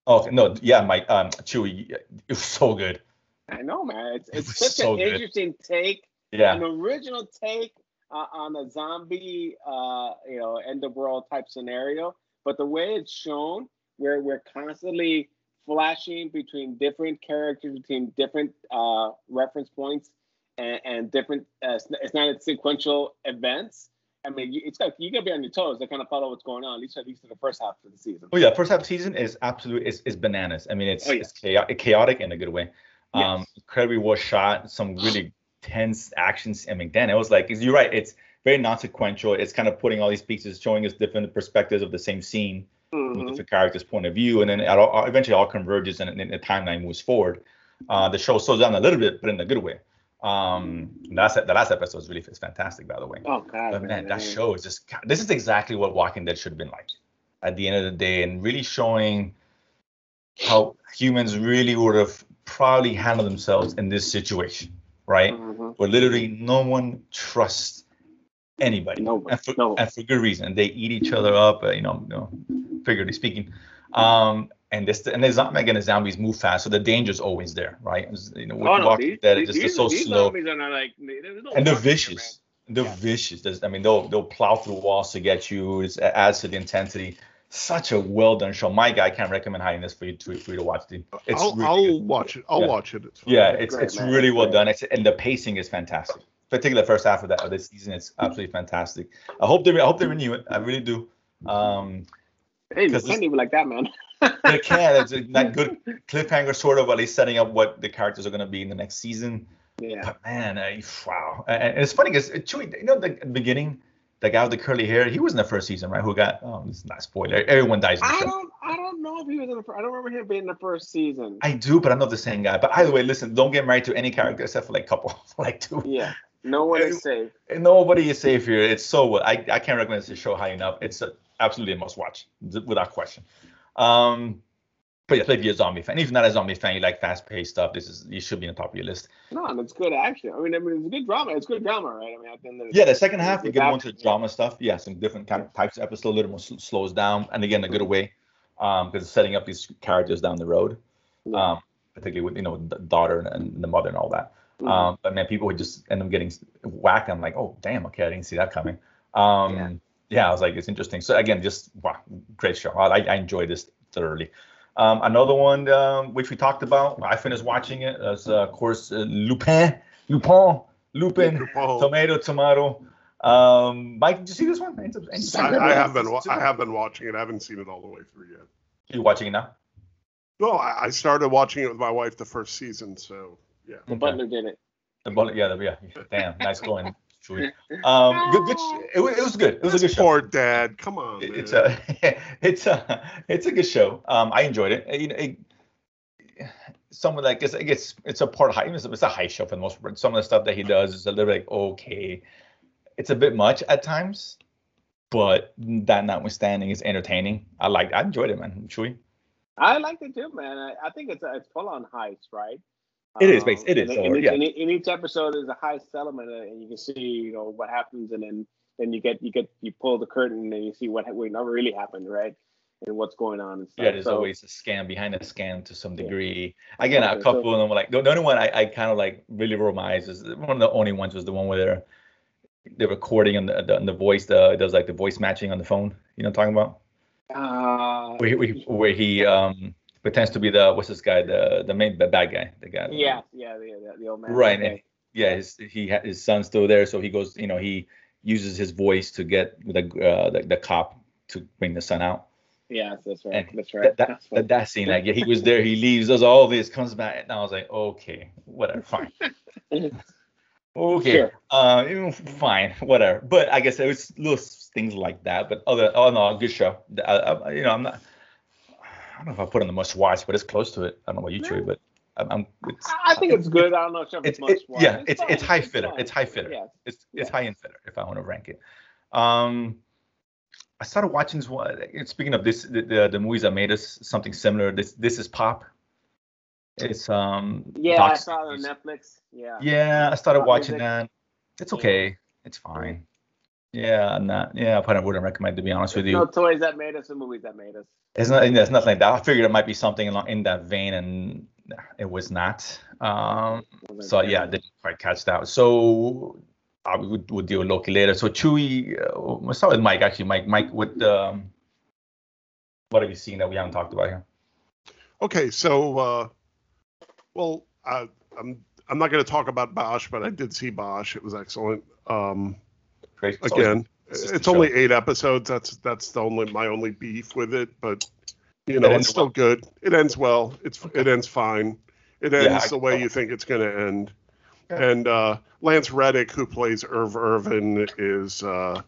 Speaker 1: Oh no, yeah, Mike. Um, Chewy, it was so good.
Speaker 2: I know, man. It's,
Speaker 1: It
Speaker 2: it's
Speaker 1: was
Speaker 2: such
Speaker 1: so
Speaker 2: an
Speaker 1: good.
Speaker 2: interesting take,
Speaker 1: Yeah,
Speaker 2: an original take uh, on a zombie, uh, you know, end of world type scenario. But the way it's shown, where we're constantly flashing between different characters, between different uh, reference points, and, and different. Uh, it's n- it's not a sequential events. I mean, you- it's like you gotta be on your toes to kind of follow what's going on. At least at least in the first half of the season.
Speaker 1: Oh yeah, first half of season is absolute is, is bananas. I mean, it's
Speaker 2: Oh, yeah.
Speaker 1: it's chaotic, chaotic in a good way. Um,
Speaker 2: Yes.
Speaker 1: incredibly well shot. Some really tense actions. I mean, then it was like it's- you're right. It's very non-sequential. It's kind of putting all these pieces, showing us different perspectives of the same scene with
Speaker 2: Mhm.
Speaker 1: different characters' point of view, and then it all, eventually all converges and, and the timeline moves forward. Uh, the show slows down a little bit, but in a good way. Um, and that's the last episode is really is fantastic, by the way.
Speaker 2: Oh God,
Speaker 1: But man,
Speaker 2: I
Speaker 1: that
Speaker 2: mean,
Speaker 1: show is just God, this is exactly what Walking Dead should have been like at the end of the day, and really showing how humans really would have probably handled themselves in this situation, right?
Speaker 2: Mhm.
Speaker 1: Where literally no one trusts anybody,
Speaker 2: No one,
Speaker 1: and, for,
Speaker 2: no one.
Speaker 1: and for good reason. They eat each other up, uh, you know, you know, figuratively speaking. Um, and this and the zombie again, the zombies move fast, so the danger's always there, right? It's, You know, with
Speaker 2: Oh, no,
Speaker 1: Walking
Speaker 2: these,
Speaker 1: Dead,
Speaker 2: these,
Speaker 1: it's just it's
Speaker 2: these,
Speaker 1: so
Speaker 2: these
Speaker 1: slow
Speaker 2: zombies are not like there's no
Speaker 1: and they're
Speaker 2: fucking here,
Speaker 1: vicious. They're vicious. There's, I mean, they'll they'll plow through walls to get you. It's it adds to the intensity. Such a well done show. My guy, I can't recommend hiding this for you to for you to watch. It. It's
Speaker 3: I'll,
Speaker 1: really good.
Speaker 3: I'll watch it. I'll
Speaker 1: Yeah.
Speaker 3: watch it. It's fine.
Speaker 1: yeah, it's
Speaker 2: Great,
Speaker 1: it's
Speaker 2: man.
Speaker 1: really well
Speaker 2: Great.
Speaker 1: done. It's and the pacing is fantastic. Particularly the first half of that of this season, it's absolutely fantastic. I hope they I hope they renew it. I really do. Um,
Speaker 2: man. Hey, you
Speaker 1: 'Cause
Speaker 2: can't
Speaker 1: it's-
Speaker 2: even like that, man. <laughs>
Speaker 1: they can. It's a, that good cliffhanger, sort of, at least setting up what the characters are going to be in the next season.
Speaker 2: Yeah.
Speaker 1: But Oh, man, I, wow. And- And it's funny because Chewie, you know, the at the beginning, the guy with the curly hair, he was in the first season, right? Who got, oh, this is not a spoiler. Everyone dies in the
Speaker 2: I
Speaker 1: show.
Speaker 2: don't I don't know if he was in the fir- I don't remember him being in the first season.
Speaker 1: I do, but I'm not the same guy. But either way, listen, don't get married to any character except for like couple, <laughs> like two.
Speaker 2: yeah. No one is safe.
Speaker 1: And nobody is safe here. It's so well. I, I can't recommend this show high enough. It's a, absolutely a must watch, th- without question. Um, but yeah, if you're a zombie fan, if you're not a zombie fan, you like fast paced stuff, this is, you should be on the top of your list.
Speaker 2: No, and it's good action. I mean, I mean, it's good drama. It's good drama, right? I mean, at the end of the
Speaker 1: Yeah, the second half we get
Speaker 2: Without-
Speaker 1: more into drama stuff. Yeah, some different kind of types of episode, a little more sl- slows down, and again, a good way, um, because it's setting up these characters down the road,
Speaker 2: Yeah.
Speaker 1: um, particularly with you know the daughter and, and the mother and all that.
Speaker 2: Mhm.
Speaker 1: Um, but man, people would just end up getting s- whacked. I'm like, oh damn, okay, I didn't see that coming. Um,
Speaker 2: Yeah.
Speaker 1: yeah. I was like, it's interesting. So again, just wow, great show. I, I enjoyed this thoroughly. Um, another one um, which we talked about, I finished watching it. As uh, of course, uh, Lupin, Lupin, Lupin.
Speaker 3: Well,
Speaker 1: Tomato, tomato. Um, Mike, did you see this one? Any- any-
Speaker 3: I, I have been wa- I have been watching it. I haven't seen it all the way through yet.
Speaker 1: You watching it now?
Speaker 3: No, I, I started watching it with my wife the first season, so yeah.
Speaker 2: the butler did it.
Speaker 1: The bullet, yeah, the, yeah. Damn, nice going. Chewy. Um, good, good. sh- It was, it was good. It was a good show.
Speaker 3: Poor dad. Come on.
Speaker 1: It- It's
Speaker 3: man.
Speaker 1: a, <laughs> it's a, it's a good show. Um, I enjoyed it. You know, it someone like it's, it's it's a part high. It's, it's a high show for the most part. Some of the stuff that he does is a little bit like okay, it's a bit much at times, but that notwithstanding, it's entertaining. I like. I enjoyed it, man. Chewy.
Speaker 2: I like it too, man. I, I think it's a, it's full on heist, right? Um,
Speaker 1: It is based- it is,
Speaker 2: And,
Speaker 1: or-
Speaker 2: and,
Speaker 1: yeah.
Speaker 2: and, in each episode is a heist element, uh, and you can see you know what happens, and then then you get you get you pull the curtain, and you see what what never really happened, right? And what's going on and stuff.
Speaker 1: Yeah, there's
Speaker 2: So-
Speaker 1: always a scam behind a scam to some
Speaker 2: Yeah.
Speaker 1: degree. Again, a
Speaker 2: Okay,
Speaker 1: couple
Speaker 2: so-
Speaker 1: of them were like the, the only one I, I kind of like really roll my eyes is one of the only ones was the one where they're they're recording and the, the, and the voice the does like the voice matching on the phone. You know what I'm talking about?
Speaker 2: Uh,
Speaker 1: Where he, where he, where he um pretends to be the what's this guy the the main the bad guy the guy.
Speaker 2: yeah, yeah, yeah, the, the old man.
Speaker 1: Right.
Speaker 2: Okay.
Speaker 1: Yeah. His he ha- his son's still there, so he goes. You know he uses his voice to get the uh, the, the cop to bring the son out.
Speaker 2: Yeah, that's right.
Speaker 1: And
Speaker 2: That's
Speaker 1: that,
Speaker 2: right.
Speaker 1: that,
Speaker 2: That's
Speaker 1: that,
Speaker 2: right.
Speaker 1: that scene, like, yeah, he was there, he leaves, does all this, comes back, and I was like, okay, whatever,
Speaker 2: <laughs>
Speaker 1: fine. Okay,
Speaker 2: Sure.
Speaker 1: uh, mm, fine, whatever. But I guess it was little s- things like that. But other, oh no, good show. The- I, I, you know, I'm not. I don't know if I put on the must watch, but it's close to it. I don't know about you, Chewy, but I'm, I'm- it's,
Speaker 2: I think it's good. I don't know if
Speaker 1: it's,
Speaker 2: it's much.
Speaker 1: it-
Speaker 2: wine.
Speaker 1: yeah, it's it's high
Speaker 2: fine.
Speaker 1: fitter.
Speaker 2: fine.
Speaker 1: It's high fitter.
Speaker 2: Yeah.
Speaker 1: It's it's
Speaker 2: Yeah.
Speaker 1: high end fitter if I want to rank it. Um, I started watching this one. and Speaking of this, the, the, the movies that made us something similar. This this is pop. It's um.
Speaker 2: Yeah,
Speaker 1: Doc
Speaker 2: I saw it on
Speaker 1: series.
Speaker 2: Netflix. Yeah.
Speaker 1: Yeah, I started
Speaker 2: Pop
Speaker 1: watching
Speaker 2: music.
Speaker 1: that. It's
Speaker 2: Yeah.
Speaker 1: okay. It's fine. Yeah, I'm not. Yeah, I probably wouldn't recommend to be honest with you.
Speaker 2: No toys that made us and movies that made us.
Speaker 1: It's not. There's nothing like that. I figured it might be something along in that vein, and it was not. Um. So yeah, I didn't quite catch that. So uh, we would we'll deal with Loki later. So Chewy, uh, we'll start with Mike actually. Mike, Mike, what um, what have you seen that we haven't talked about here?
Speaker 3: Okay, so uh, well, I, I'm I'm not going to talk about Bosch, but I did see Bosch. It was excellent. Um,
Speaker 1: Great. It's always-
Speaker 3: again,
Speaker 1: it's just
Speaker 3: it's
Speaker 1: a
Speaker 3: only eight episodes. That's that's the only my only beef with it, but you
Speaker 1: It
Speaker 3: know,
Speaker 1: ends
Speaker 3: it's still good. It ends well. It's it ends fine. It ends
Speaker 1: Yeah, I-
Speaker 3: the way you think it's going to end.
Speaker 1: Yeah.
Speaker 3: And uh, Lance Reddick, who plays Irv Irvin, is uh,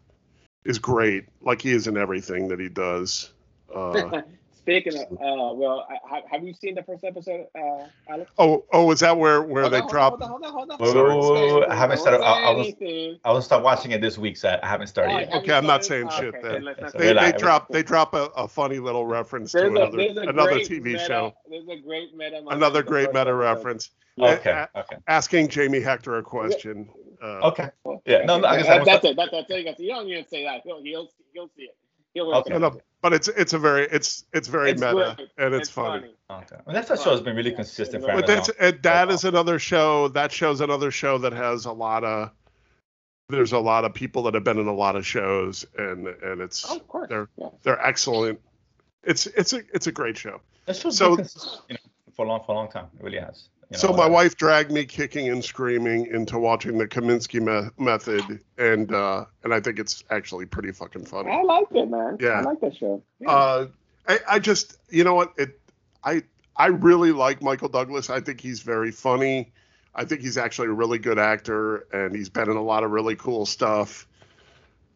Speaker 3: is great. Like he is in everything that he does. Uh,
Speaker 2: <laughs> Speaking of, uh, well, I, ha- have you seen the first episode, uh, Alex?
Speaker 3: oh, oh, is that where where
Speaker 2: Hold
Speaker 3: they
Speaker 2: on, hold
Speaker 3: drop?
Speaker 2: on, Hold on, hold on,
Speaker 1: Whoa,
Speaker 2: hold on.
Speaker 1: whoa, whoa, whoa, whoa. I haven't
Speaker 2: Don't
Speaker 1: started- I- I
Speaker 2: say
Speaker 1: was-
Speaker 2: anything.
Speaker 1: I will start watching it this week, so I haven't started
Speaker 2: Oh,
Speaker 1: yet.
Speaker 2: I haven't
Speaker 3: Okay, I'm not
Speaker 2: started?
Speaker 3: saying shit
Speaker 2: Okay,
Speaker 3: then.
Speaker 2: let's not-
Speaker 1: So
Speaker 3: they,
Speaker 1: relax.
Speaker 3: they drop they drop a, a funny little reference to
Speaker 2: There's a-
Speaker 3: another
Speaker 2: there's a
Speaker 3: another
Speaker 2: great
Speaker 3: TV
Speaker 2: meta-
Speaker 3: show,
Speaker 2: There's a great meta. moment
Speaker 3: another
Speaker 2: in the
Speaker 3: great
Speaker 2: first
Speaker 3: meta
Speaker 2: episode.
Speaker 3: reference,
Speaker 1: Okay, okay,
Speaker 3: asking Jamie Hector a question. Uh,
Speaker 2: Oh,
Speaker 1: okay. Yeah, no, no, I guess I
Speaker 2: That-
Speaker 1: was-
Speaker 2: that's it. That's, that's it. You got- You don't even say that. He'll, he'll, he'll see it. He'll
Speaker 1: Okay.
Speaker 3: no, no, but it's it's a very it's it's very
Speaker 2: It's
Speaker 3: meta
Speaker 2: great.
Speaker 3: and it's,
Speaker 2: It's
Speaker 3: funny.
Speaker 2: funny.
Speaker 1: okay. Well, that's that show has been really consistent for.
Speaker 2: Fair
Speaker 3: But
Speaker 1: Amazon.
Speaker 3: that's and that is another show. That show's another show that has a lot of there's a lot of people that have been in a lot of shows and and it's
Speaker 2: Oh, of course.
Speaker 3: They're-
Speaker 2: Yeah.
Speaker 3: they're excellent. It's it's a it's a great show.
Speaker 1: That show's
Speaker 3: so-
Speaker 1: been consistent you know, for a long for a long time. It really has. You know,
Speaker 3: so my
Speaker 1: uh,
Speaker 3: wife dragged me kicking and screaming into watching the Kaminsky me- method, and uh, and I think it's actually pretty fucking funny.
Speaker 2: I liked it, man.
Speaker 3: Yeah.
Speaker 2: I like that show. Yeah.
Speaker 3: Uh, I, I just you know what it I I really like Michael Douglas. I think he's very funny. I think he's actually a really good actor, and he's been in a lot of really cool stuff.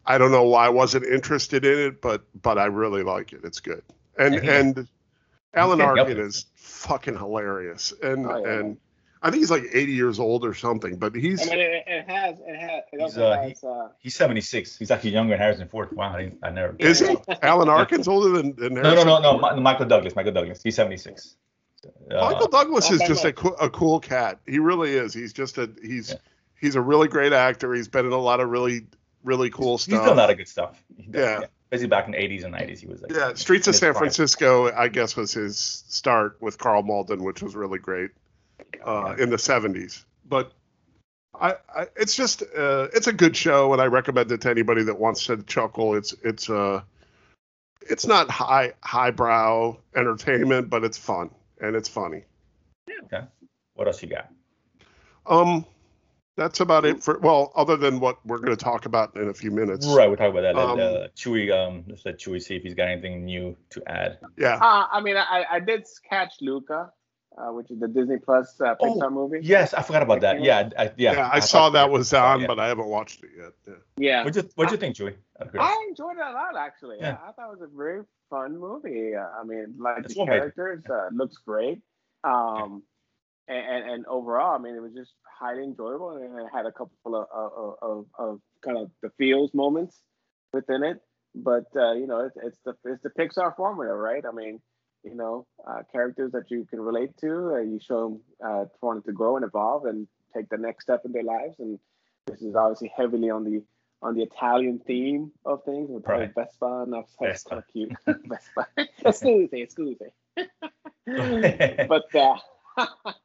Speaker 3: I don't know why I wasn't interested in it, but but I really like it. It's good, and
Speaker 1: Yeah, he-
Speaker 3: and Alan
Speaker 1: getting up
Speaker 3: Arkin
Speaker 1: there.
Speaker 3: is fucking hilarious, and
Speaker 2: Oh, yeah.
Speaker 3: and I think he's like 80 years old or something, but he's
Speaker 2: I mean, it, it has, it has, it
Speaker 1: He's,
Speaker 2: also
Speaker 1: uh,
Speaker 2: has. Uh,
Speaker 1: He's 76. He's actually younger than Harrison Ford. Wow, I, I never.
Speaker 3: is he
Speaker 2: Yeah.
Speaker 3: Alan Arkin's older than, than
Speaker 1: No, no,
Speaker 3: Harrison
Speaker 1: no, no.
Speaker 3: Ford?
Speaker 1: Mi- Michael Douglas. Michael Douglas. He's 76. Uh,
Speaker 3: Michael Douglas is
Speaker 2: Okay,
Speaker 3: just a,
Speaker 2: look.
Speaker 3: coo- a cool cat. He really is. He's just a he's
Speaker 1: Yeah.
Speaker 3: he's a really great actor. He's been in a lot of really really cool
Speaker 1: He's
Speaker 3: stuff.
Speaker 1: done a lot of good stuff. He does,
Speaker 3: Yeah.
Speaker 1: Basically, back in the 80s and 90s, he was like.
Speaker 3: yeah, Streets of
Speaker 1: in his
Speaker 3: San
Speaker 1: prime.
Speaker 3: Francisco, I guess, was his start with Carl Malden, which was really great uh, in the '70s. But I, I it's just uh, it's a good show, and I recommend it to anybody that wants to chuckle. It's it's uh it's not high highbrow entertainment, but it's fun and it's funny.
Speaker 1: What else you got?
Speaker 3: Um, that's about
Speaker 1: Mm.
Speaker 3: it for well, other than what we're going to talk about in a few minutes.
Speaker 1: right, we'll talk about that.
Speaker 3: um,
Speaker 1: later. uh, Chewy, um, just let Chewy see if he's got anything new to add.
Speaker 3: Yeah.
Speaker 2: uh, I mean, I, I did catch Luca, uh, which is the Disney Plus uh,
Speaker 1: Oh,
Speaker 2: Pixar movie.
Speaker 1: Yes, I forgot about that. Yeah, I, I- yeah.
Speaker 3: Yeah, I, saw
Speaker 1: thought-
Speaker 3: that was on,
Speaker 1: yeah.
Speaker 3: but I haven't watched it yet. Yeah.
Speaker 2: Yeah.
Speaker 1: What'd you, what'd you think, Chewy? Out of curiosity.
Speaker 2: I enjoyed it a lot, actually.
Speaker 1: Yeah.
Speaker 2: I, I thought it was a very fun movie. Uh, I mean, like
Speaker 1: It's
Speaker 2: the
Speaker 1: well made.
Speaker 2: characters uh, looks great, um, and, and and overall, I mean, it was just highly enjoyable, and it had a couple of of, of, of kind of the feels moments within it. But uh, you know, it's it's the it's the Pixar formula, right? I mean, you know, uh, characters that you can relate to, uh, you show them uh, wanting to grow and evolve and take the next step in their lives, and this is obviously heavily on the on the Italian theme of things with
Speaker 1: Right.
Speaker 2: the Vespa, and that's that's
Speaker 1: Vespa.
Speaker 2: kind of cute.
Speaker 1: <laughs>
Speaker 2: Vespa, excuse me,
Speaker 1: <laughs>
Speaker 2: excuse me. <laughs> but uh,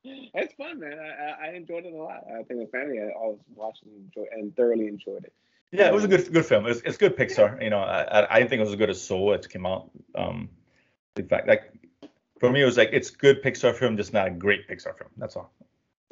Speaker 2: it's fun, man. I, I, I enjoyed it a lot. I think the family I always watched and enjoyed and thoroughly enjoyed it.
Speaker 1: Yeah, it was a good good film. It's, it's good Pixar. You know, I, I- I didn't think it was as good as Soul. It came out. Um, in fact, like for me, it was like it's good Pixar film, just not a great Pixar film. That's all.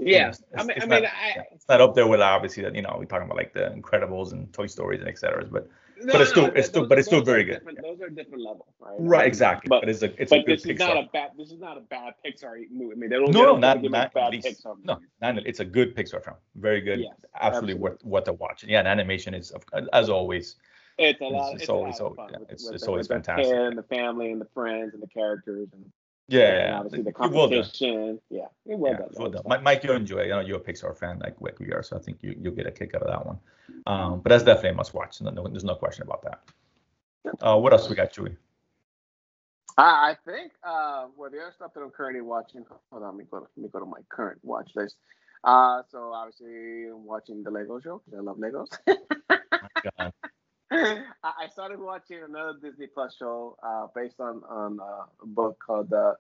Speaker 2: Yeah,
Speaker 1: It's-
Speaker 2: I mean,
Speaker 1: it's
Speaker 2: I
Speaker 1: not-
Speaker 2: mean, I.
Speaker 1: yeah. It's not up there with obviously that you know we're talking about like the Incredibles and Toy Stories and et cetera. But
Speaker 2: no,
Speaker 1: But it's
Speaker 2: no,
Speaker 1: still- it's still-
Speaker 2: those-
Speaker 1: but it's still
Speaker 2: those are
Speaker 1: very good.
Speaker 2: different- Those are a different level, right?
Speaker 1: right, exactly. But,
Speaker 2: But-
Speaker 1: it's a it's a
Speaker 2: But
Speaker 1: good
Speaker 2: this is not
Speaker 1: Pixar.
Speaker 2: a bad. This is not a bad Pixar movie. I mean, they don't. they
Speaker 1: no,
Speaker 2: don't
Speaker 1: not
Speaker 2: give
Speaker 1: not
Speaker 2: bad
Speaker 1: at least.
Speaker 2: Pixar.
Speaker 1: No,
Speaker 2: movies.
Speaker 1: not, it's a good Pixar film. Very good.
Speaker 2: Yes,
Speaker 1: absolutely, worth worth the watch. Yeah, and animation is of- as always.
Speaker 2: It's a
Speaker 1: It's-
Speaker 2: lot.
Speaker 1: it's
Speaker 2: a
Speaker 1: always-
Speaker 2: lot
Speaker 1: always-
Speaker 2: of fun
Speaker 1: yeah,
Speaker 2: with-
Speaker 1: it's-
Speaker 2: with
Speaker 1: it's
Speaker 2: the-
Speaker 1: always
Speaker 2: with the
Speaker 1: fantastic.
Speaker 2: kid And the family and the friends and the characters and And
Speaker 1: Yeah,
Speaker 2: obviously the
Speaker 1: You will do.
Speaker 2: competition. Yeah, it will
Speaker 1: Yeah,
Speaker 2: done.
Speaker 1: well done. Mike, Mike, you'll enjoy. it. I know you're a Pixar fan, like like we are, so I think you you'll get a kick out of that one. Um, but that's definitely a must watch. No, no, there's no question about that. Uh, what else we got, Chewy?
Speaker 2: I, I think uh, well, the other stuff that I'm currently watching. Hold on, let me go. To, let me go to my current watch list. Uh, so obviously I'm watching the Lego Show. 'cause I love Legos.
Speaker 1: God.
Speaker 2: I I started watching another Disney Plus show uh, based on on uh, a book called the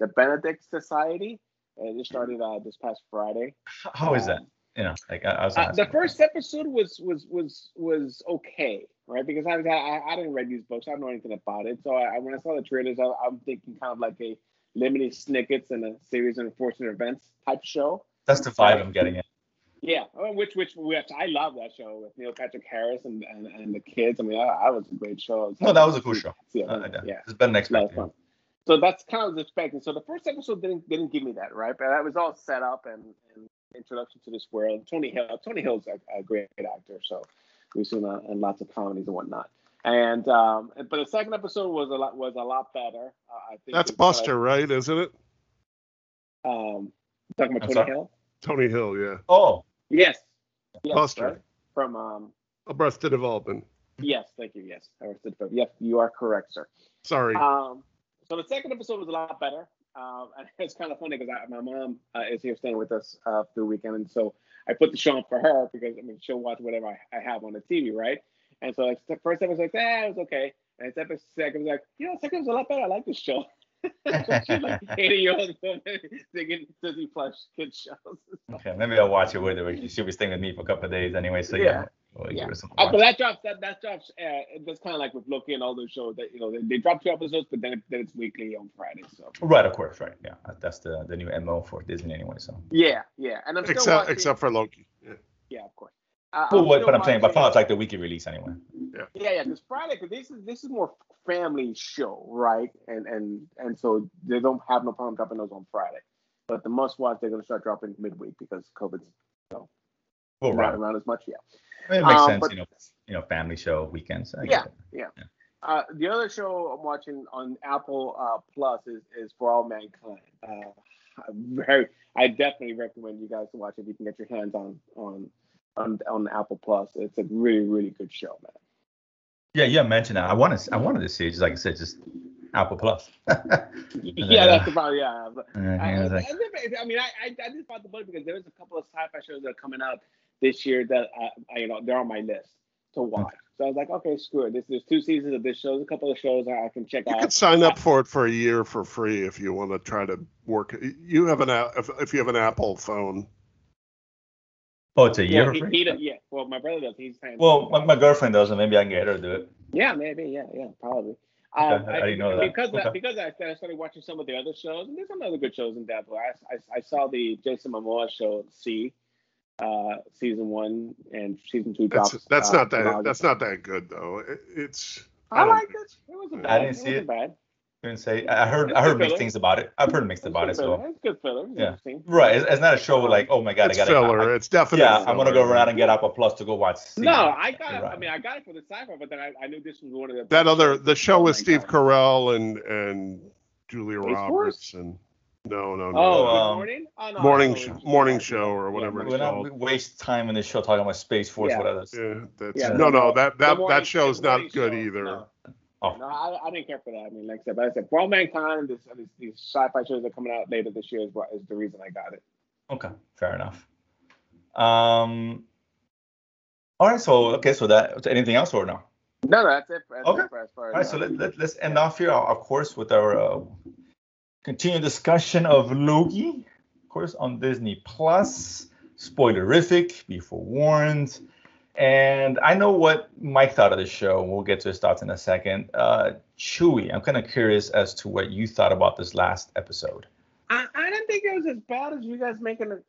Speaker 2: the Benedict Society, and it started uh, this past Friday.
Speaker 1: How is
Speaker 2: Um,
Speaker 1: that? You know, like I, I was.
Speaker 2: Uh, the
Speaker 1: asking.
Speaker 2: first episode was was was was okay, right? Because I was- I, I didn't read these books, I don't know anything about it. So I, when I saw the trailers, I, I'm thinking kind of like a limited snippets and a series of unfortunate events type show.
Speaker 1: That's the vibe I'm getting. At.
Speaker 2: Yeah, I mean, which which which I love that show with Neil Patrick Harris and and, and the kids. I mean, I, I was a great show. I
Speaker 1: No, that was a cool show.
Speaker 2: Yeah,
Speaker 1: Uh, yeah.
Speaker 2: yeah.
Speaker 1: It's better than
Speaker 2: That was
Speaker 1: expected.
Speaker 2: fun. So that's kind of expecting. So the first episode didn't didn't give me that, right? But that was all set up and, and introduction to this world. Tony Hill, Tony Hill's a, a great actor, so we've seen uh, in lots of comedies and whatnot. And um, but the second episode was a lot was a lot better. Uh, I think
Speaker 3: That's
Speaker 2: it was,
Speaker 3: Buster, right? Isn't it?
Speaker 2: Um, talking about
Speaker 1: I'm
Speaker 2: Tony
Speaker 1: sorry?
Speaker 2: Hill.
Speaker 3: Tony Hill, yeah.
Speaker 1: Oh,
Speaker 2: Yes. yes
Speaker 3: Buster.
Speaker 2: right? From um.
Speaker 3: A Breath to Development.
Speaker 2: Yes, thank you. Yes, Arrested Development. Yes, you are correct, sir.
Speaker 3: Sorry.
Speaker 1: Uh,
Speaker 2: Um, so the second episode was a lot better. Um, and <laughs> it's kind of funny because my mom uh, is here staying with us uh, through the weekend, and so I put the show on for her because I mean she'll watch whatever I, I have on the TV, right? And so like the first episode was like, ah, it was okay. And the second second was like, you know, the second was a lot better. I like this show. <laughs> She's <laughs> like eighty year old woman thinking Disney Plus kid shows.
Speaker 1: okay. Maybe I'll watch it with her. She was staying with me for a couple of days anyway. So yeah.
Speaker 2: Yeah.
Speaker 1: we'll give
Speaker 2: Yeah.
Speaker 1: her some
Speaker 2: Uh, but
Speaker 1: watch.
Speaker 2: that drops that that drops. Uh, that's kind of like with Loki and all those shows that you know they, they drop two episodes, but then, it, then it's weekly on Friday. So
Speaker 1: Right, of course, right. Yeah, that's the the new MO for Disney anyway. So.
Speaker 2: yeah, yeah. And I'm still
Speaker 3: except
Speaker 2: watching-
Speaker 3: except for Loki. Yeah.
Speaker 2: Yeah, of course. Uh,
Speaker 1: Well, what,
Speaker 2: still
Speaker 1: but I'm saying, but
Speaker 2: watching-
Speaker 1: Fox like the weekly release anyway.
Speaker 2: Yeah, yeah, because Friday, because this is this is more family show, right? And and and so they don't have no problem dropping those on Friday. But the must watch, they're gonna start dropping midweek because COVID's
Speaker 1: Well,
Speaker 2: not
Speaker 1: Oh, right.
Speaker 2: around as much. Yeah.
Speaker 1: It makes
Speaker 2: Um,
Speaker 1: sense,
Speaker 2: but-
Speaker 1: you know, you know, family show weekends. I get
Speaker 2: Yeah.
Speaker 1: it.
Speaker 2: Uh, the other show I'm watching on Apple uh, Plus is, is For All Mankind. Uh, I'm very, I definitely recommend you guys to watch it. if You can get your hands on on on, on Apple Plus. It's a really really good show, man.
Speaker 1: Yeah, yeah, mentioned that. I want to, I wanted to see it, just like I said, just Apple Plus. <laughs>
Speaker 2: Uh, Yeah, that's about yeah. I,
Speaker 1: Yeah,
Speaker 2: I,
Speaker 1: it's like-
Speaker 2: I never- I mean, I, I, I just bought the book because there's a couple of sci-fi shows that are coming out this year that I, I you know, they're on my list to watch. So I was like, okay, screw it. This, there's two seasons of this show. There's a couple of shows I I can check
Speaker 3: You
Speaker 2: out.
Speaker 3: could sign up for it for a year for free if you want to try to work. You have an a- if, if you have an Apple phone.
Speaker 1: oh, it's a year.
Speaker 2: Well, he-
Speaker 1: free?
Speaker 2: he don't- yeah. Well, my brother does. He's saying.
Speaker 1: well, my, my girlfriend doesn't. Maybe I can get her to do it.
Speaker 2: yeah, maybe, yeah, yeah, probably.
Speaker 1: I-
Speaker 2: Um,
Speaker 1: I didn't know that.
Speaker 2: because
Speaker 1: Okay.
Speaker 2: because I, I started watching some of the other shows, and there's some other good shows in that. But I, I, I saw the Jason Momoa show C, uh, season one and season two.
Speaker 3: That's
Speaker 2: drops,
Speaker 3: that's
Speaker 2: uh,
Speaker 3: not
Speaker 2: in
Speaker 3: that
Speaker 2: August.
Speaker 3: that's not that good though. It, it's
Speaker 2: I
Speaker 3: don't
Speaker 2: liked
Speaker 3: think-
Speaker 2: it. It wasn't
Speaker 3: Um, I
Speaker 2: bad.
Speaker 1: didn't see
Speaker 2: wasn't Bad.
Speaker 1: Couldn't say. I I heard, I heard mixed things about it. I've heard mixed
Speaker 2: It's
Speaker 1: about
Speaker 2: good
Speaker 1: it.
Speaker 2: filler.
Speaker 1: So
Speaker 2: It's good filler. It's
Speaker 1: Yeah.
Speaker 2: interesting.
Speaker 1: right, it's, it's not a show where like, oh my god,
Speaker 3: it's
Speaker 1: I gotta.
Speaker 3: filler.
Speaker 1: I-
Speaker 3: it's definitely
Speaker 1: yeah, I'm gonna go
Speaker 3: filler.
Speaker 1: run out and get Apple Plus to go watch. C.
Speaker 2: No, I got it. I
Speaker 1: Right.
Speaker 2: mean, I got it for the sci-fi, but then I, I knew this was one of the
Speaker 3: that other the show
Speaker 2: Oh
Speaker 3: with
Speaker 2: my
Speaker 3: Steve
Speaker 2: God.
Speaker 3: Carell and and Julia
Speaker 2: Space Force?
Speaker 3: Roberts and no no
Speaker 2: Oh,
Speaker 3: no no.
Speaker 1: uh,
Speaker 2: Good
Speaker 1: um,
Speaker 2: morning. Oh, no,
Speaker 3: morning
Speaker 2: I
Speaker 3: sh-
Speaker 2: totally-
Speaker 3: morning
Speaker 2: yeah,
Speaker 3: show or whatever
Speaker 2: yeah,
Speaker 1: We're not we waste time in this show talking about Space Force.
Speaker 2: Yeah.
Speaker 1: Whatever.
Speaker 3: yeah, that's,
Speaker 2: Yeah,
Speaker 3: no no
Speaker 2: no,
Speaker 3: that
Speaker 2: Good
Speaker 3: that
Speaker 2: Morning-
Speaker 3: that show's
Speaker 2: Good Morning
Speaker 3: not good
Speaker 2: Show.
Speaker 3: either.
Speaker 2: No,
Speaker 1: Oh.
Speaker 2: no I, I didn't care for that. I mean, like I said, but I said, for all mankind, this, these, these sci-fi shows that are coming out later this year is, what is the reason I got it.
Speaker 1: Okay, fair enough. Um. All right, so okay, so that anything else or no?
Speaker 2: No, no, that's it. For, that's
Speaker 1: Okay.
Speaker 2: it for, as far as
Speaker 1: All right, so
Speaker 2: uh,
Speaker 1: let, let, let's end off here, uh, of course, with our uh, continued discussion of Loki, of course, on Disney Plus. Spoilerific, be forewarned. And I know what Mike thought of the show. and We'll get to his thoughts in a second. Uh, Chewy, I'm kind of curious as to what you thought about this last episode.
Speaker 2: I, I didn't think it was as bad as you guys making it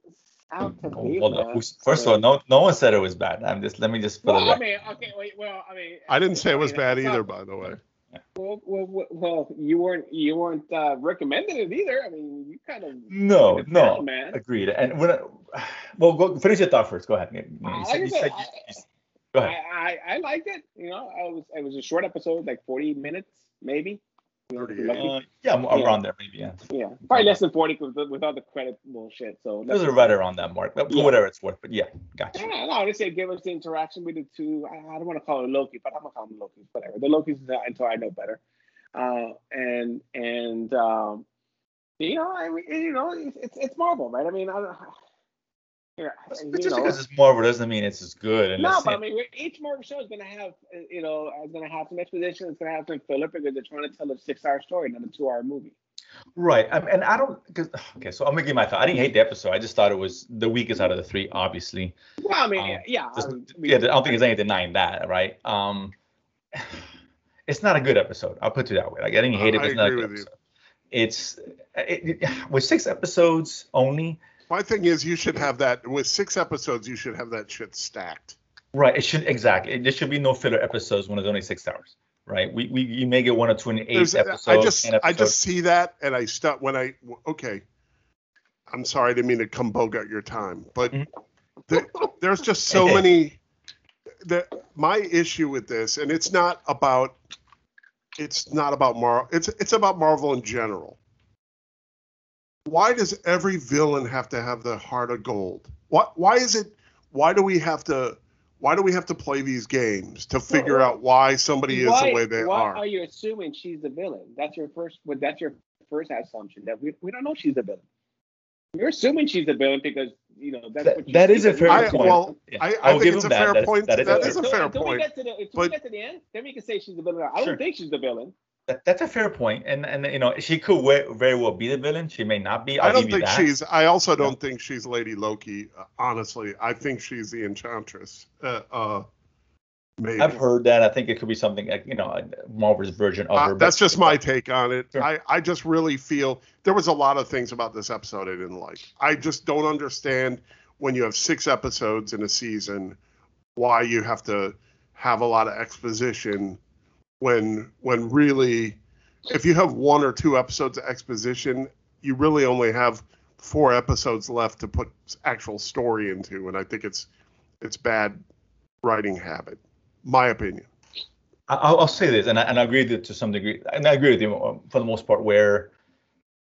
Speaker 2: out to be.
Speaker 1: Oh, Well,
Speaker 2: man.
Speaker 1: who's- first of all, no, no one said it was bad. I'm just let me just put
Speaker 2: Well,
Speaker 1: it.
Speaker 2: I mean, okay, wait, well, I mean,
Speaker 3: I didn't say it
Speaker 2: I
Speaker 3: was
Speaker 2: mean,
Speaker 3: bad
Speaker 2: it's not-
Speaker 3: either, by the way.
Speaker 2: Well, well, well, well, you weren't you weren't uh, recommending it either. I mean, you kind of
Speaker 1: No,
Speaker 2: like a
Speaker 1: no,
Speaker 2: fan, man.
Speaker 1: agreed. And when, <sighs> I, well, go finish your thought first. Go ahead. You- you
Speaker 2: I-
Speaker 1: said-
Speaker 2: like I
Speaker 1: you
Speaker 2: said,
Speaker 1: said
Speaker 2: I-
Speaker 1: you- you- Go ahead.
Speaker 2: I, I I liked it. You know, I was it was a short episode, like forty minutes maybe. You know, if you're
Speaker 3: 38.
Speaker 2: lucky.
Speaker 1: Uh, Yeah, m-
Speaker 2: Yeah.
Speaker 1: around there maybe. Yeah.
Speaker 2: Yeah, probably less than forty with, with all the credit bullshit. So
Speaker 1: Mm. It was right around that mark, but
Speaker 2: Yeah.
Speaker 1: whatever it's worth. But yeah, gotcha.
Speaker 2: Yeah, no, they say give us the interaction with the two. I, I don't want to call it Loki, but I'm gonna call him Loki. Whatever. The Loki's not until I know better. Uh, and and um, you know, I mean, you know, it's it's, it's Marvel, right? I mean, I don't. Yeah,
Speaker 1: It's
Speaker 2: you
Speaker 1: just
Speaker 2: know.
Speaker 1: because it's Marvel doesn't mean it's as good. And
Speaker 2: No,
Speaker 1: it's,
Speaker 2: but I mean, each Marvel show is gonna have, uh, you know, is gonna have some exposition. It's gonna have some filler because they're trying to tell a six-hour story, not a two-hour movie.
Speaker 1: right. I, and I don't. Cause, okay, so I'm gonna give my thought. I didn't hate the episode. I just thought it was the weakest out of the three, obviously.
Speaker 2: Well, I mean,
Speaker 1: Um,
Speaker 2: yeah, I
Speaker 1: Just-
Speaker 2: mean, we-
Speaker 1: yeah, I don't think there's any denying that, right? Um, it's not a good episode. I'll put it that way. Like I didn't hate it, but
Speaker 3: I
Speaker 1: it's not a
Speaker 3: agree
Speaker 1: good
Speaker 3: with you.
Speaker 1: episode. It's it, it- with six episodes only,
Speaker 3: My thing is, you should have that with six episodes. You should have that shit stacked.
Speaker 1: right? It should exactly. There should be no filler episodes when it's only six hours, right? We, we you may get one or two in eight
Speaker 3: There's-
Speaker 1: episodes.
Speaker 3: I just
Speaker 1: 10
Speaker 3: I
Speaker 1: episodes.
Speaker 3: just see that and I stop when I okay. I'm sorry, I didn't mean to come bogart your time, but
Speaker 1: Mhm.
Speaker 3: the- there's just so
Speaker 1: Hey.
Speaker 3: many. The my issue with this, and it's not about it's not about Marvel. It's it's about Marvel in general. Why does every villain have to have the heart of gold? What why is it? Why do we have to? Why do we have to play these games to figure out why somebody is the way they
Speaker 2: why
Speaker 3: are?
Speaker 2: you assuming she's the villain? That's your first. Well, that's your first assumption that we, we don't know she's the villain. You're assuming she's the villain because you know that's
Speaker 1: That-
Speaker 2: what you
Speaker 1: that
Speaker 2: see
Speaker 1: is a
Speaker 2: that-
Speaker 1: fair
Speaker 3: I,
Speaker 1: point.
Speaker 3: well,
Speaker 1: Yeah.
Speaker 3: I,
Speaker 1: I
Speaker 3: I
Speaker 1: will
Speaker 3: think
Speaker 1: give
Speaker 3: it's a
Speaker 1: him that.
Speaker 3: fair
Speaker 1: That's-
Speaker 3: point.
Speaker 1: that is a
Speaker 3: that
Speaker 1: fair
Speaker 3: is a
Speaker 1: point.
Speaker 3: fair
Speaker 2: until
Speaker 3: point.
Speaker 2: We get to the, until we
Speaker 3: but-
Speaker 2: get to the end, then we can say she's the villain. I
Speaker 1: Sure.
Speaker 2: don't think she's the villain.
Speaker 1: That- that's a fair point, and and you know she could we- very well be the villain. She may not be. I'll
Speaker 3: I don't
Speaker 1: give you
Speaker 3: think
Speaker 1: that.
Speaker 3: she's. I also don't think she's Lady Loki. uh, Honestly, I think she's the Enchantress. Uh, uh maybe
Speaker 1: I've heard that. I think it could be something like you know Marvel's version of
Speaker 3: Uh,
Speaker 1: her. but-
Speaker 3: that's just my take on it.
Speaker 1: Sure.
Speaker 3: I, I just really feel there was a lot of things about this episode I didn't like. I just don't understand when you have six episodes in a season why you have to have a lot of exposition when when really if you have one or two episodes of exposition, you really only have four episodes left to put actual story into and I think it's it's bad writing habit. My opinion.
Speaker 1: I- I'll, I'll say this, and I, and I agree with you to some degree, and I agree with you um, for the most part, where <sighs>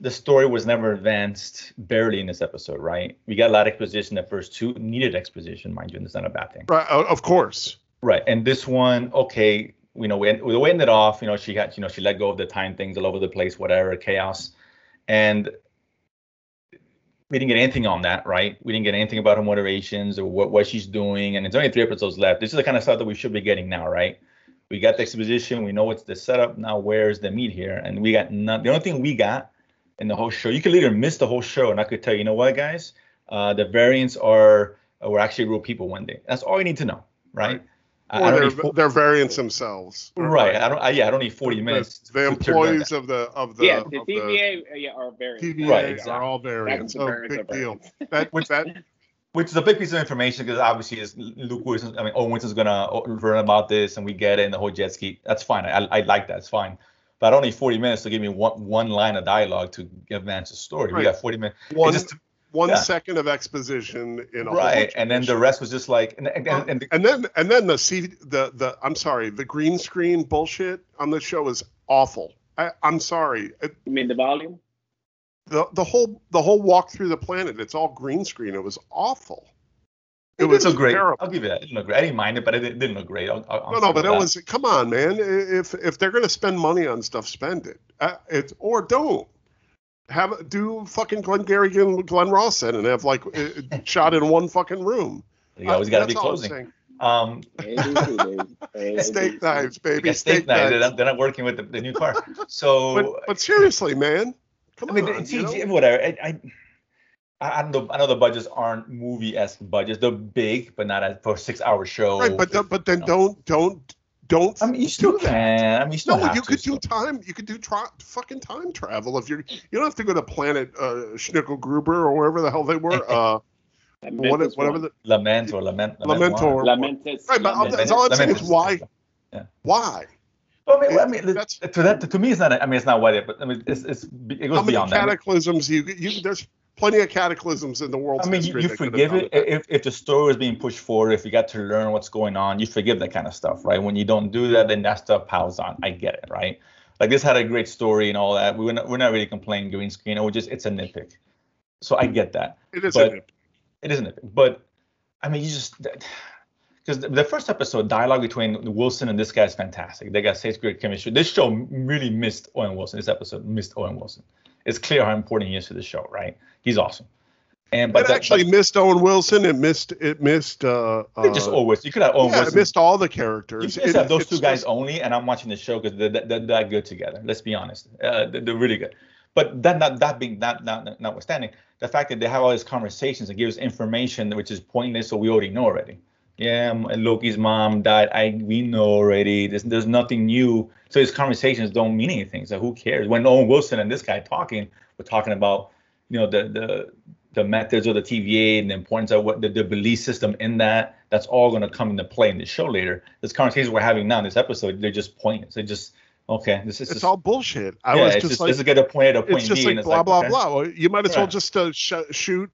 Speaker 1: the story was never advanced barely in this episode, right? We got a lot of exposition. The first two needed exposition, mind you, and that's not a bad thing,
Speaker 3: Right, o- of course.
Speaker 1: right? And this one, okay, you know, we, the way it ended off, you know, she had, you know, she let go of the time things all over the place, whatever, chaos, and we didn't get anything on that, right? We didn't get anything about her motivations or what, what she's doing. And it's only three episodes left. This is the kind of stuff that we should be getting now, right? We got the exposition. We know what's the setup. Now, where's the meat here? And we got none. The only thing we got in the whole show, you could literally miss the whole show. And I could tell you, you know what, guys? Uh, the variants are, uh, were actually real people one day. That's all you need to know, right? I- I
Speaker 3: or
Speaker 1: don't
Speaker 3: their,
Speaker 1: need fo-
Speaker 3: their variants themselves.
Speaker 1: right. I don't, I, yeah, I don't need 40
Speaker 3: The-
Speaker 1: minutes.
Speaker 3: The
Speaker 1: to turn around that.
Speaker 3: employees of the of the
Speaker 2: yeah,
Speaker 3: of
Speaker 2: the TVA, uh, yeah, are very.
Speaker 3: TVA
Speaker 1: Right, exactly.
Speaker 3: are all
Speaker 2: That's
Speaker 3: variants.
Speaker 2: the
Speaker 3: Oh,
Speaker 2: variants
Speaker 3: big
Speaker 2: of
Speaker 3: deal. <laughs> That,
Speaker 1: Which-
Speaker 3: that
Speaker 1: which is a big piece of information because obviously is Luke Wilson. I mean, Owen Wilson's gonna uh, learn about this, and we get it, and the whole jet ski. That's fine. I, I like that. It's fine. But I don't need 40 minutes to give me one one line of dialogue to advance the story. We
Speaker 3: Right.
Speaker 1: got 40 minutes.
Speaker 3: one one
Speaker 1: just-
Speaker 3: second
Speaker 1: yeah.
Speaker 3: of exposition in a whole
Speaker 1: right, and then the
Speaker 3: situation.
Speaker 1: rest was just like, and, and, and, and the-
Speaker 3: and then and then the C, the the I'm sorry, the green screen bullshit on this show is awful. I, I'm sorry. It-
Speaker 2: You mean the volume?
Speaker 3: the the whole the whole walk through the planet, it's all green screen. It was awful. It, was
Speaker 1: didn't look great.
Speaker 3: terrible.
Speaker 1: I'll give you that. It didn't look great. I didn't mind it, but it didn't, didn't look great. I'll, I'll, I'll
Speaker 3: No, no, but
Speaker 1: that
Speaker 3: it was come on, man. I- If if they're gonna spend money on stuff, spend it. Uh, it or don't have do fucking Glenn Gary and Glenn Rawson and have like it,
Speaker 1: <laughs>
Speaker 3: it shot in one fucking room. Uh,
Speaker 1: You always got to be
Speaker 3: That's all I'm
Speaker 1: closing.
Speaker 3: saying.
Speaker 1: Um,
Speaker 2: ABC, baby.
Speaker 3: Steak
Speaker 2: ABC.
Speaker 3: knives,
Speaker 1: you
Speaker 3: baby.
Speaker 1: got
Speaker 3: Steak
Speaker 1: steak knives. They're
Speaker 3: knives.
Speaker 1: not, they're not working with the, the new
Speaker 3: <laughs>
Speaker 1: car. So
Speaker 3: But, but seriously, man. Come
Speaker 1: I mean,
Speaker 3: on.
Speaker 1: it's
Speaker 3: you know?
Speaker 1: CG whatever. I, I, I I know, I know the budgets aren't movie-esque budgets. They're big, but not as, for a six-hour show.
Speaker 3: Right, but the- but then
Speaker 1: No.
Speaker 3: don't don't don't.
Speaker 1: I mean, you still
Speaker 3: do that.
Speaker 1: can. I mean, you still
Speaker 3: No,
Speaker 1: have
Speaker 3: you
Speaker 1: to,
Speaker 3: could do
Speaker 1: so-
Speaker 3: time. You could do tra- fucking time travel if you're. You don't have to go to planet uh, Schnickel Gruber or wherever the hell they were.
Speaker 1: <laughs>
Speaker 3: Uh,
Speaker 2: That
Speaker 3: what,
Speaker 2: Memphis
Speaker 3: whatever
Speaker 2: one.
Speaker 3: the
Speaker 1: lament or lament.
Speaker 3: Lament
Speaker 1: one.
Speaker 3: or-
Speaker 2: Lamentus.
Speaker 3: Right, but
Speaker 2: Lamentus.
Speaker 3: that's all I'm saying is
Speaker 1: Lamentus.
Speaker 3: why- why.
Speaker 1: Well, I mean, I mean
Speaker 3: That's-
Speaker 1: to that to me, it's not. I mean, it's not what it. But I mean, it's, it's it goes
Speaker 3: How many
Speaker 1: beyond that.
Speaker 3: cataclysms you you there's plenty of cataclysms in the world's
Speaker 1: I mean, you,
Speaker 3: history.
Speaker 1: you
Speaker 3: that could've
Speaker 1: forgive
Speaker 3: done
Speaker 1: it if, if the story was being pushed forward, if you got to learn what's going on, you forgive that kind of stuff, right? When you don't do that, then that stuff piles on. I get it, right? Like this had a great story and all that. We were not, we're not really complaining green screen. It was just it's a nitpick. So I get that.
Speaker 3: It is.
Speaker 1: But-
Speaker 3: a,
Speaker 1: It is a nitpick, but I mean, you just <sighs> because the, the first episode dialogue between Wilson and this guy is fantastic. They got such great chemistry. This show really missed Owen Wilson. This episode missed Owen Wilson. It's clear how important he is to the show, right? He's awesome. And but
Speaker 3: it
Speaker 1: that-
Speaker 3: actually missed Owen Wilson. It missed. It missed. Uh,
Speaker 1: but you could just
Speaker 3: uh,
Speaker 1: always you could have Owen
Speaker 3: yeah, it
Speaker 1: Wilson.
Speaker 3: missed all the
Speaker 1: You
Speaker 3: characters.
Speaker 1: just have
Speaker 3: It-
Speaker 1: those
Speaker 3: it's
Speaker 1: two guys
Speaker 3: just-
Speaker 1: only, and I'm watching the show because they're, they're, they're that good together. Let's be honest, uh, they're, they're really good. But that not that being not, not notwithstanding, the fact that they have all these conversations and gives information which is pointless, so we already know already. Yeah, m- Loki's mom died. I we know already. There's there's nothing new. So these conversations don't mean anything. So who cares? When Owen Wilson and this guy talking, we're talking about you know the the the methods of the TVA and the importance of what the, the belief system in that. That's all going to come into play in the show later. This conversation we're having now, in this episode, they're just pointless. They just okay. This is
Speaker 3: It's
Speaker 1: just,
Speaker 3: all bullshit. I
Speaker 1: yeah,
Speaker 3: was
Speaker 1: it's
Speaker 3: just, like,
Speaker 1: this is get a point A to point
Speaker 3: it's just
Speaker 1: B, and
Speaker 3: like
Speaker 1: it's
Speaker 3: blah
Speaker 1: like,
Speaker 3: blah
Speaker 1: okay.
Speaker 3: blah. Well, You might as well
Speaker 1: Yeah.
Speaker 3: just uh, sh- shoot,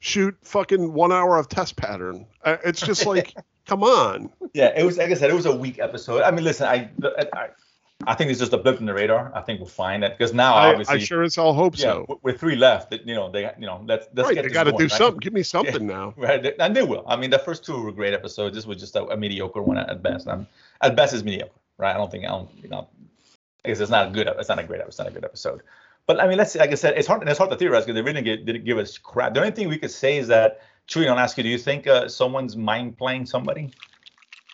Speaker 3: shoot fucking one hour of test pattern. Uh,
Speaker 1: <laughs>
Speaker 3: it's just like, come on.
Speaker 1: Yeah, it was like I said, it was a weak episode. I mean, listen, I I, I think it's just a blip in the radar. I think we'll find that because now
Speaker 3: I,
Speaker 1: obviously,
Speaker 3: I sure as hell hope
Speaker 1: yeah,
Speaker 3: so.
Speaker 1: with- with three left, that you know they you know let's let's
Speaker 3: Right,
Speaker 1: get
Speaker 3: they
Speaker 1: this
Speaker 3: got to
Speaker 1: going,
Speaker 3: do
Speaker 1: right?
Speaker 3: something.
Speaker 1: <laughs>
Speaker 3: Give me something now.
Speaker 1: Right, they- and they will. I mean, the first two were great episodes. This was just a, a mediocre one at at best. i at best, it's mediocre, right? I don't think I don't, you know, I guess it's not a good. ep- It's not a great. ep- It's not a good episode. But I mean, let's see. Like I said, it's hard. And it's hard to theorize because they really get, didn't give us crap. The only thing we could say is that Chewie, I'll ask you, do you think uh, someone's mind playing somebody,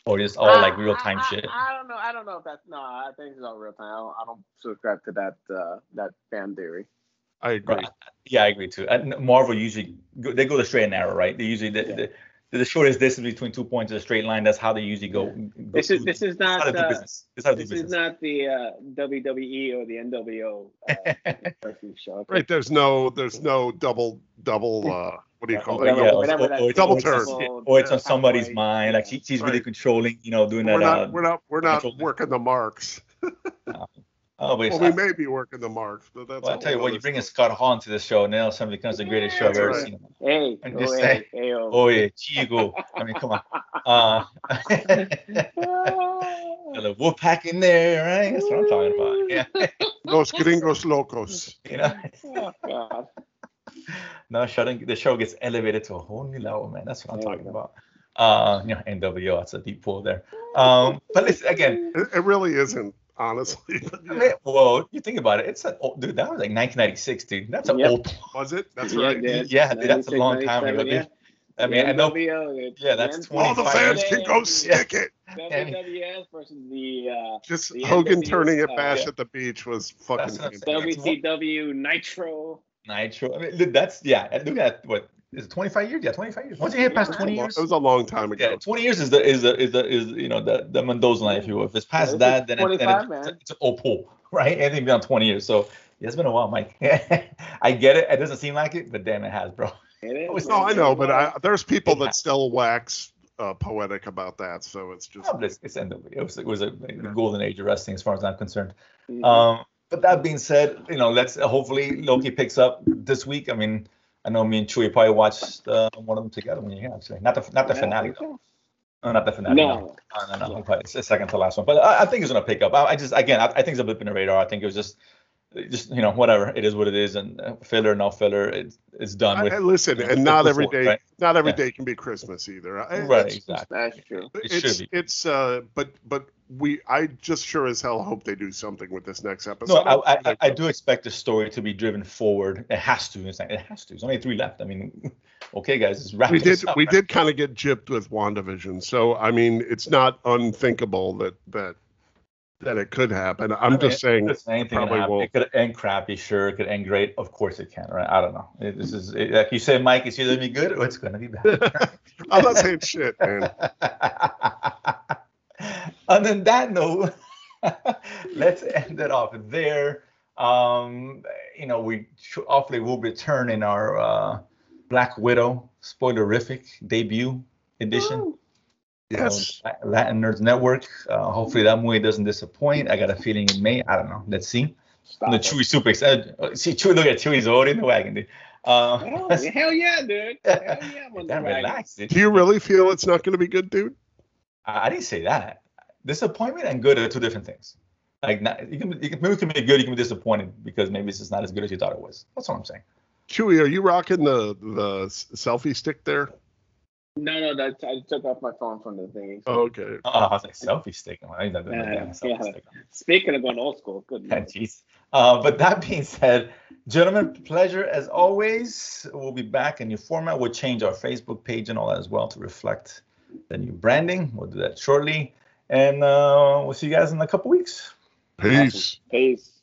Speaker 1: or just all Oh, like
Speaker 2: Uh,
Speaker 1: real time
Speaker 2: I- I-
Speaker 1: shit?
Speaker 2: I, don't know. I don't know if that's no. I think it's all real time. I don't, I don't subscribe to that uh, that fan theory.
Speaker 3: I agree.
Speaker 1: Right. Yeah, I agree too. And Marvel usually go, they go the straight and narrow, right? They usually the,
Speaker 2: Yeah.
Speaker 1: the, the shortest distance between two points is a straight line. That's how they usually go.
Speaker 2: This is this is
Speaker 1: It's how
Speaker 2: not
Speaker 1: they do
Speaker 2: uh,
Speaker 1: business. It's how they do
Speaker 2: this is
Speaker 1: business.
Speaker 2: not the uh, WWE or the NWO
Speaker 1: <laughs>
Speaker 2: uh, wrestling show.
Speaker 3: Right. There's no. There's no double double. Uh, what do you call
Speaker 1: Or-
Speaker 3: it?
Speaker 2: Whatever-
Speaker 1: yeah, or-
Speaker 2: whatever
Speaker 1: or-
Speaker 2: that
Speaker 1: or it's-
Speaker 3: double
Speaker 1: or it's on-
Speaker 3: turn.
Speaker 1: Or it's on somebody's
Speaker 2: Yeah.
Speaker 1: mind. Like she, she's really
Speaker 3: Right.
Speaker 1: controlling, you know, doing
Speaker 3: We're
Speaker 1: that.
Speaker 3: not.
Speaker 1: uh,
Speaker 3: We're not. We're not
Speaker 1: control-
Speaker 3: working the marks.
Speaker 1: oh, wait,
Speaker 3: Well,
Speaker 1: so-
Speaker 3: we may be working the marks, but that's.
Speaker 1: well, I
Speaker 3: a
Speaker 1: tell you
Speaker 3: whole
Speaker 1: what,
Speaker 3: other
Speaker 1: you bring in
Speaker 3: story.
Speaker 1: Scott Hall into the show, now suddenly becomes the greatest show I've
Speaker 3: That's
Speaker 1: ever
Speaker 3: right.
Speaker 1: seen.
Speaker 2: Hey,
Speaker 1: I'm
Speaker 2: oh,
Speaker 1: just
Speaker 2: hey,
Speaker 1: saying.
Speaker 2: hey, oh.
Speaker 1: Oh yeah, Chigo. I mean, come on. Uh, <laughs> a little Wolfpack in there, right? That's what I'm talking about. Yeah,
Speaker 3: Los gringos locos.
Speaker 1: you know.
Speaker 2: <laughs> Oh, God.
Speaker 1: No, shouldn't the show gets elevated to a whole new level, man. That's what I'm
Speaker 2: There we
Speaker 1: talking
Speaker 2: go.
Speaker 1: about. Uh, you know, NWO, that's a deep pool there. Um, but listen, again,
Speaker 3: It, it really isn't, honestly. <laughs> But
Speaker 1: I
Speaker 3: yeah,
Speaker 1: mean, well, you think about it, it's an old dude. That was like 1996, dude. That's an
Speaker 2: Yep.
Speaker 1: old.
Speaker 3: was it? That's
Speaker 2: Yeah,
Speaker 3: right.
Speaker 2: yeah.
Speaker 1: Yeah, dude, that's a long time ago. dude.
Speaker 2: 96,
Speaker 1: I mean, I know.
Speaker 2: NWO,
Speaker 1: yeah, that's
Speaker 2: the
Speaker 1: 20
Speaker 3: All the
Speaker 1: 25
Speaker 3: fans
Speaker 2: years.
Speaker 3: can go stick it.
Speaker 2: WWF versus the uh,
Speaker 3: Just
Speaker 2: Yeah,
Speaker 3: Hogan
Speaker 2: that's-
Speaker 3: turning it
Speaker 2: uh,
Speaker 3: bash
Speaker 1: yeah.
Speaker 3: at the beach was fucking.
Speaker 1: That's what I'm saying. That's one-
Speaker 2: WCW Nitro.
Speaker 1: Nitro. I mean, dude, that's yeah. and Look at what is it? 25 years? Yeah, 25 years. Once you hit past
Speaker 2: Yeah,
Speaker 1: 20
Speaker 3: It
Speaker 1: years,
Speaker 3: was a long time ago.
Speaker 1: yeah, 20 years is the is the is the is you know the the Mendoza line, if you will. If it's past
Speaker 2: Yeah,
Speaker 1: that,
Speaker 2: it's
Speaker 1: then, it, then
Speaker 2: 25,
Speaker 1: it's,
Speaker 2: man.
Speaker 1: it's an old pool, <laughs> right? Anything beyond 20 years. So yeah, it's been a while, Mike. <laughs> I get it. It doesn't seem like it, but damn, it has, bro. <laughs>
Speaker 2: It
Speaker 1: Oh,
Speaker 2: is,
Speaker 3: No,
Speaker 2: man.
Speaker 3: I know, but I, there's people
Speaker 1: Yeah.
Speaker 3: that still wax uh, poetic about that, so it's just.
Speaker 1: Oh, but it's, it's end of, it was it was a the golden age of wrestling as far as I'm concerned.
Speaker 2: Mhm.
Speaker 1: Um, but that being said, you know, let's hopefully Loki picks up this week. I mean, I know me and Chewie probably watched uh, one of them together when you here actually. Not the not the
Speaker 2: Yeah,
Speaker 1: finale though.
Speaker 2: okay.
Speaker 1: No, not the finale. No,
Speaker 2: No,
Speaker 1: no, no. no. Probably It's the second to last one. But I, I think it's gonna pick up. I, I just again, I, I think it's a blip in the radar. I think it was just just you know whatever it is what it is and uh, filler no filler it's it's done
Speaker 3: I,
Speaker 1: with
Speaker 3: I listen,
Speaker 1: with
Speaker 3: and not
Speaker 1: the
Speaker 3: every
Speaker 1: fourth,
Speaker 3: day,
Speaker 1: right?
Speaker 3: not every
Speaker 1: Yeah.
Speaker 3: day can be Christmas either. I,
Speaker 1: right
Speaker 3: it's-
Speaker 1: exactly
Speaker 2: that's true.
Speaker 1: It should
Speaker 3: It's
Speaker 1: be.
Speaker 3: it's uh, but but we I just sure as hell hope they do something with this next episode.
Speaker 1: No, I, I,
Speaker 3: don't think
Speaker 1: I
Speaker 3: they
Speaker 1: do expect the story to be driven forward. It has to. It's like, it has to. There's only three left. I mean, <laughs> okay, guys, it's
Speaker 3: will.
Speaker 1: wrapping <laughs>
Speaker 3: we did
Speaker 1: up.
Speaker 3: we did kind of get gypped with Wandavision, so I mean it's not unthinkable that that that it could happen. I'm
Speaker 1: mean,
Speaker 3: just saying
Speaker 1: It's anything can
Speaker 3: probably
Speaker 1: happen.
Speaker 3: won't.
Speaker 1: It could end crappy, sure. It could end great. Of course, it can. Right? I don't know. It- this is it, like you say, Mike. It's either gonna be good or it's gonna be
Speaker 3: I'm not saying shit, man.
Speaker 1: bad. <laughs> and on that note, <laughs> let's end it off there. Um, you know, we sh- hopefully will return in our uh, Black Widow spoilerific debut edition.
Speaker 2: Oh,
Speaker 3: Yes.
Speaker 1: on La- Latin Nerds Network. Uh, hopefully that movie doesn't disappoint. I got a feeling it may. I don't know. Let's see.
Speaker 2: Stop
Speaker 1: no,
Speaker 2: it.
Speaker 1: Chewie super excited. Uh, See, Chewie, look at Chewie's already in the wagon, dude. Uh, <laughs>
Speaker 2: Hell yeah, hell yeah, dude. Hell yeah, I'm on the
Speaker 1: damn,
Speaker 2: wagon.
Speaker 1: relax, dude.
Speaker 3: Do you really feel it's not going to be good, dude?
Speaker 1: I, I didn't say that. Disappointment and good are two different things. Like, not, you can, you can, maybe it can be good, you can be disappointed because maybe it's just not as good as you thought it was. That's all I'm saying.
Speaker 3: Chewy, are you rocking the the s- selfie stick there?
Speaker 2: No, no, that's I took off my phone from the thing.
Speaker 3: Oh, okay.
Speaker 1: Oh, I was like, selfie stick. I'm like, I ain't never
Speaker 2: Yeah,
Speaker 1: done a selfie
Speaker 2: yeah.
Speaker 1: stick.
Speaker 2: Speaking of going old school, good.
Speaker 1: Yeah,
Speaker 2: Lord.
Speaker 1: Jeez. Uh, but that being said, gentlemen, pleasure as always. We'll be back in new format. We'll change our Facebook page and all that as well to reflect the new branding. We'll do that shortly. And uh, we'll see you guys in a couple weeks.
Speaker 3: Peace.
Speaker 2: Peace.